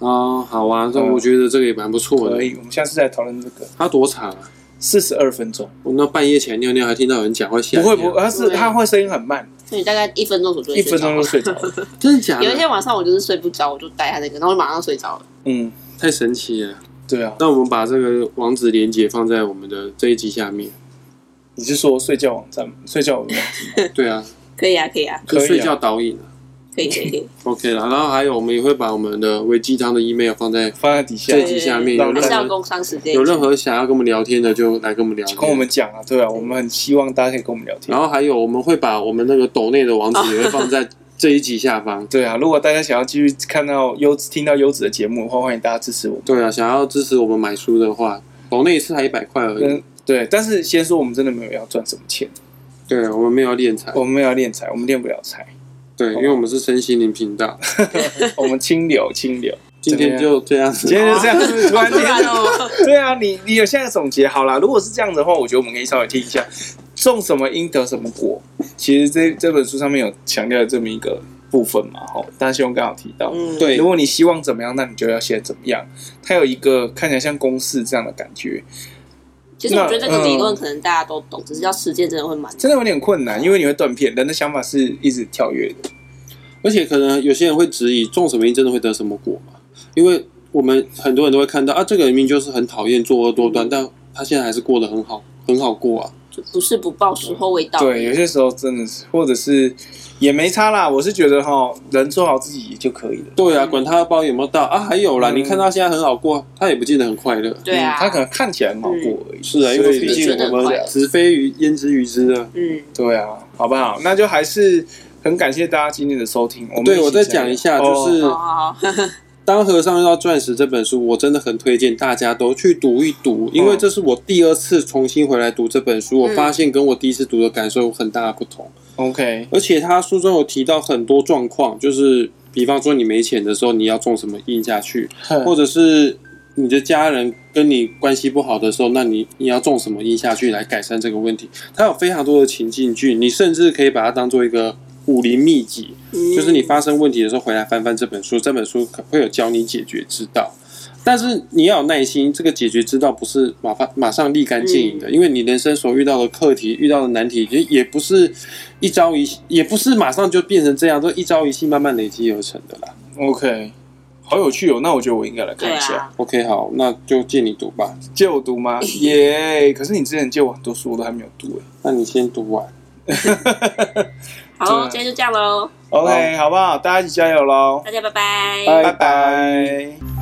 [SPEAKER 2] 哦，好啊，那
[SPEAKER 1] 嗯
[SPEAKER 2] 我觉得这个也蛮不错
[SPEAKER 1] 可
[SPEAKER 2] 的。
[SPEAKER 1] 以。我们下次再讨论这个。
[SPEAKER 2] 它多长啊？
[SPEAKER 1] 四十二分钟，
[SPEAKER 2] 我那半夜起来尿尿，还听到有人讲话
[SPEAKER 1] 不
[SPEAKER 2] 吓一跳，
[SPEAKER 1] 会不会，它是
[SPEAKER 3] 对
[SPEAKER 1] 它会声音很慢，
[SPEAKER 3] 所以大概一分钟左右就
[SPEAKER 1] 一
[SPEAKER 3] 会
[SPEAKER 1] 分
[SPEAKER 3] 睡着
[SPEAKER 1] 钟就睡着了。
[SPEAKER 2] 真的假
[SPEAKER 3] 有一
[SPEAKER 2] 的？
[SPEAKER 3] 天晚上我就是睡不着，我就待他那个，然后马上睡着了。
[SPEAKER 1] 嗯，
[SPEAKER 2] 太神奇了！
[SPEAKER 1] 对啊，
[SPEAKER 2] 那我们把这个网址连接放在我们的这一集下面。
[SPEAKER 1] 你是说睡觉网站吗？睡觉网站
[SPEAKER 2] 对啊，
[SPEAKER 3] 可以啊，可以啊，
[SPEAKER 1] 可以
[SPEAKER 2] 就
[SPEAKER 1] 啊
[SPEAKER 2] 睡觉导引啊
[SPEAKER 3] 可以可以可以。
[SPEAKER 2] OK 了。然后还有，我们也会把我们的维鸡汤的 email 放在
[SPEAKER 1] 放在底下
[SPEAKER 2] 这，一集下面。有
[SPEAKER 3] 还
[SPEAKER 1] 对
[SPEAKER 3] 是要
[SPEAKER 2] 任何
[SPEAKER 3] 工商时间，
[SPEAKER 2] 有任何想要跟我们聊天的，就来跟我们聊天。
[SPEAKER 1] 跟我们讲啊，对啊，我们很希望大家可以跟我们聊天
[SPEAKER 2] 然。后还有，我们会把我们那个抖内的网址也会放在这一集下方。
[SPEAKER 1] 对啊，如果大家想要继续看到优听到优质的节目的话，欢迎大家支持我们。
[SPEAKER 2] 对啊，想要支持我们买书的话，抖内一次才一百块而已。
[SPEAKER 1] 嗯，对，但是先说我们真的没有要赚什么钱，
[SPEAKER 2] 对，我们没有敛财。
[SPEAKER 1] 我们没有要练财，我们练不了 财，
[SPEAKER 2] 对，因为我们是身心灵频道。
[SPEAKER 1] 我们清流清流。
[SPEAKER 2] 今天就这样
[SPEAKER 1] 今
[SPEAKER 2] 子。
[SPEAKER 1] 天就这样子，突然
[SPEAKER 3] 突然
[SPEAKER 1] 间，
[SPEAKER 3] 哦，
[SPEAKER 1] 对啊，你你有现在总结好啦。如果是这样的话，我觉得我们可以稍微听一下，种什么因得什么果。其实这这本书上面有强调这么一个部分嘛，哈，大西兄刚好提到，
[SPEAKER 3] 嗯，
[SPEAKER 2] 对
[SPEAKER 1] 如，果你希望怎么样，那你就要写怎么样。它有一个看起来像公式这样的感觉，
[SPEAKER 3] 其实我觉得这个理论可能大家都懂，只是要实践真的会蛮
[SPEAKER 1] 真的有点困难，因为你会断片，人的想法是一直跳跃的。
[SPEAKER 2] 而且可能有些人会质疑种什么因真的会得什么果嘛？因为我们很多人都会看到啊，这个人明明就是很讨厌作恶多端，但他现在还是过得很好，很好过啊。
[SPEAKER 3] 不是不报，时候未到。
[SPEAKER 1] 对，有些时候真的是，或者是也没差啦。我是觉得哈，人做好自己就可以了。
[SPEAKER 2] 对啊，管他包有没有到啊，还有啦，
[SPEAKER 1] 嗯
[SPEAKER 2] 你看他现在很好过，他也不见得很快乐。
[SPEAKER 3] 对啊
[SPEAKER 1] 嗯，他可能看起来很好过而已。
[SPEAKER 2] 是啊，因
[SPEAKER 1] 所
[SPEAKER 2] 为
[SPEAKER 1] 以
[SPEAKER 2] 毕竟
[SPEAKER 3] 真的很
[SPEAKER 2] 我
[SPEAKER 3] 快
[SPEAKER 2] 们
[SPEAKER 3] 乐
[SPEAKER 2] 子非鱼焉知鱼之乐。
[SPEAKER 3] 嗯，
[SPEAKER 1] 对啊，好不好？那就还是很感谢大家今天的收听。我们
[SPEAKER 2] 对，
[SPEAKER 1] 起哦
[SPEAKER 2] 我再讲一哦下，
[SPEAKER 1] 加
[SPEAKER 2] 就
[SPEAKER 1] 油
[SPEAKER 2] 是
[SPEAKER 3] 好好好，
[SPEAKER 2] 《当和尚遇到钻石》这本书，我真的很推荐大家都去读一读，因为这是我第二次重新回来读这本书，我发现跟我第一次读的感受有很大的不同。
[SPEAKER 1] 哦 OK，
[SPEAKER 2] 而且他书中有提到很多状况，就是比方说你没钱的时候，你要种什么印下去，或者是你的家人跟你关系不好的时候，那你你要种什么印下去来改善这个问题。它有非常多的情境剧，你甚至可以把它当做一个武林秘籍，就是你发生问题的时候回来翻翻这本书，这本书可会有教你解决之道。但是你要有耐心，这个解决之道不是马上马上立竿见
[SPEAKER 3] 嗯
[SPEAKER 2] 影的，因为你人生所遇到的课题、遇到的难题，也也不是一朝一夕，也不是马上就变成这样，都一朝一夕慢慢累积而成的啦。
[SPEAKER 1] OK，好有趣哦。那我觉得我应该来看
[SPEAKER 3] 对
[SPEAKER 1] 一下。
[SPEAKER 3] 啊，
[SPEAKER 2] OK，好，那就借你读吧，
[SPEAKER 1] 借我读 吗？耶！可是你之前借我很多书，我都还没有读哎。
[SPEAKER 2] 那你先读完。
[SPEAKER 3] 好
[SPEAKER 1] 对啊
[SPEAKER 3] 咯，今天就这样喽，
[SPEAKER 1] OK，好不好？大家一起加油喽！
[SPEAKER 3] 大家拜拜。
[SPEAKER 2] 拜
[SPEAKER 1] 拜拜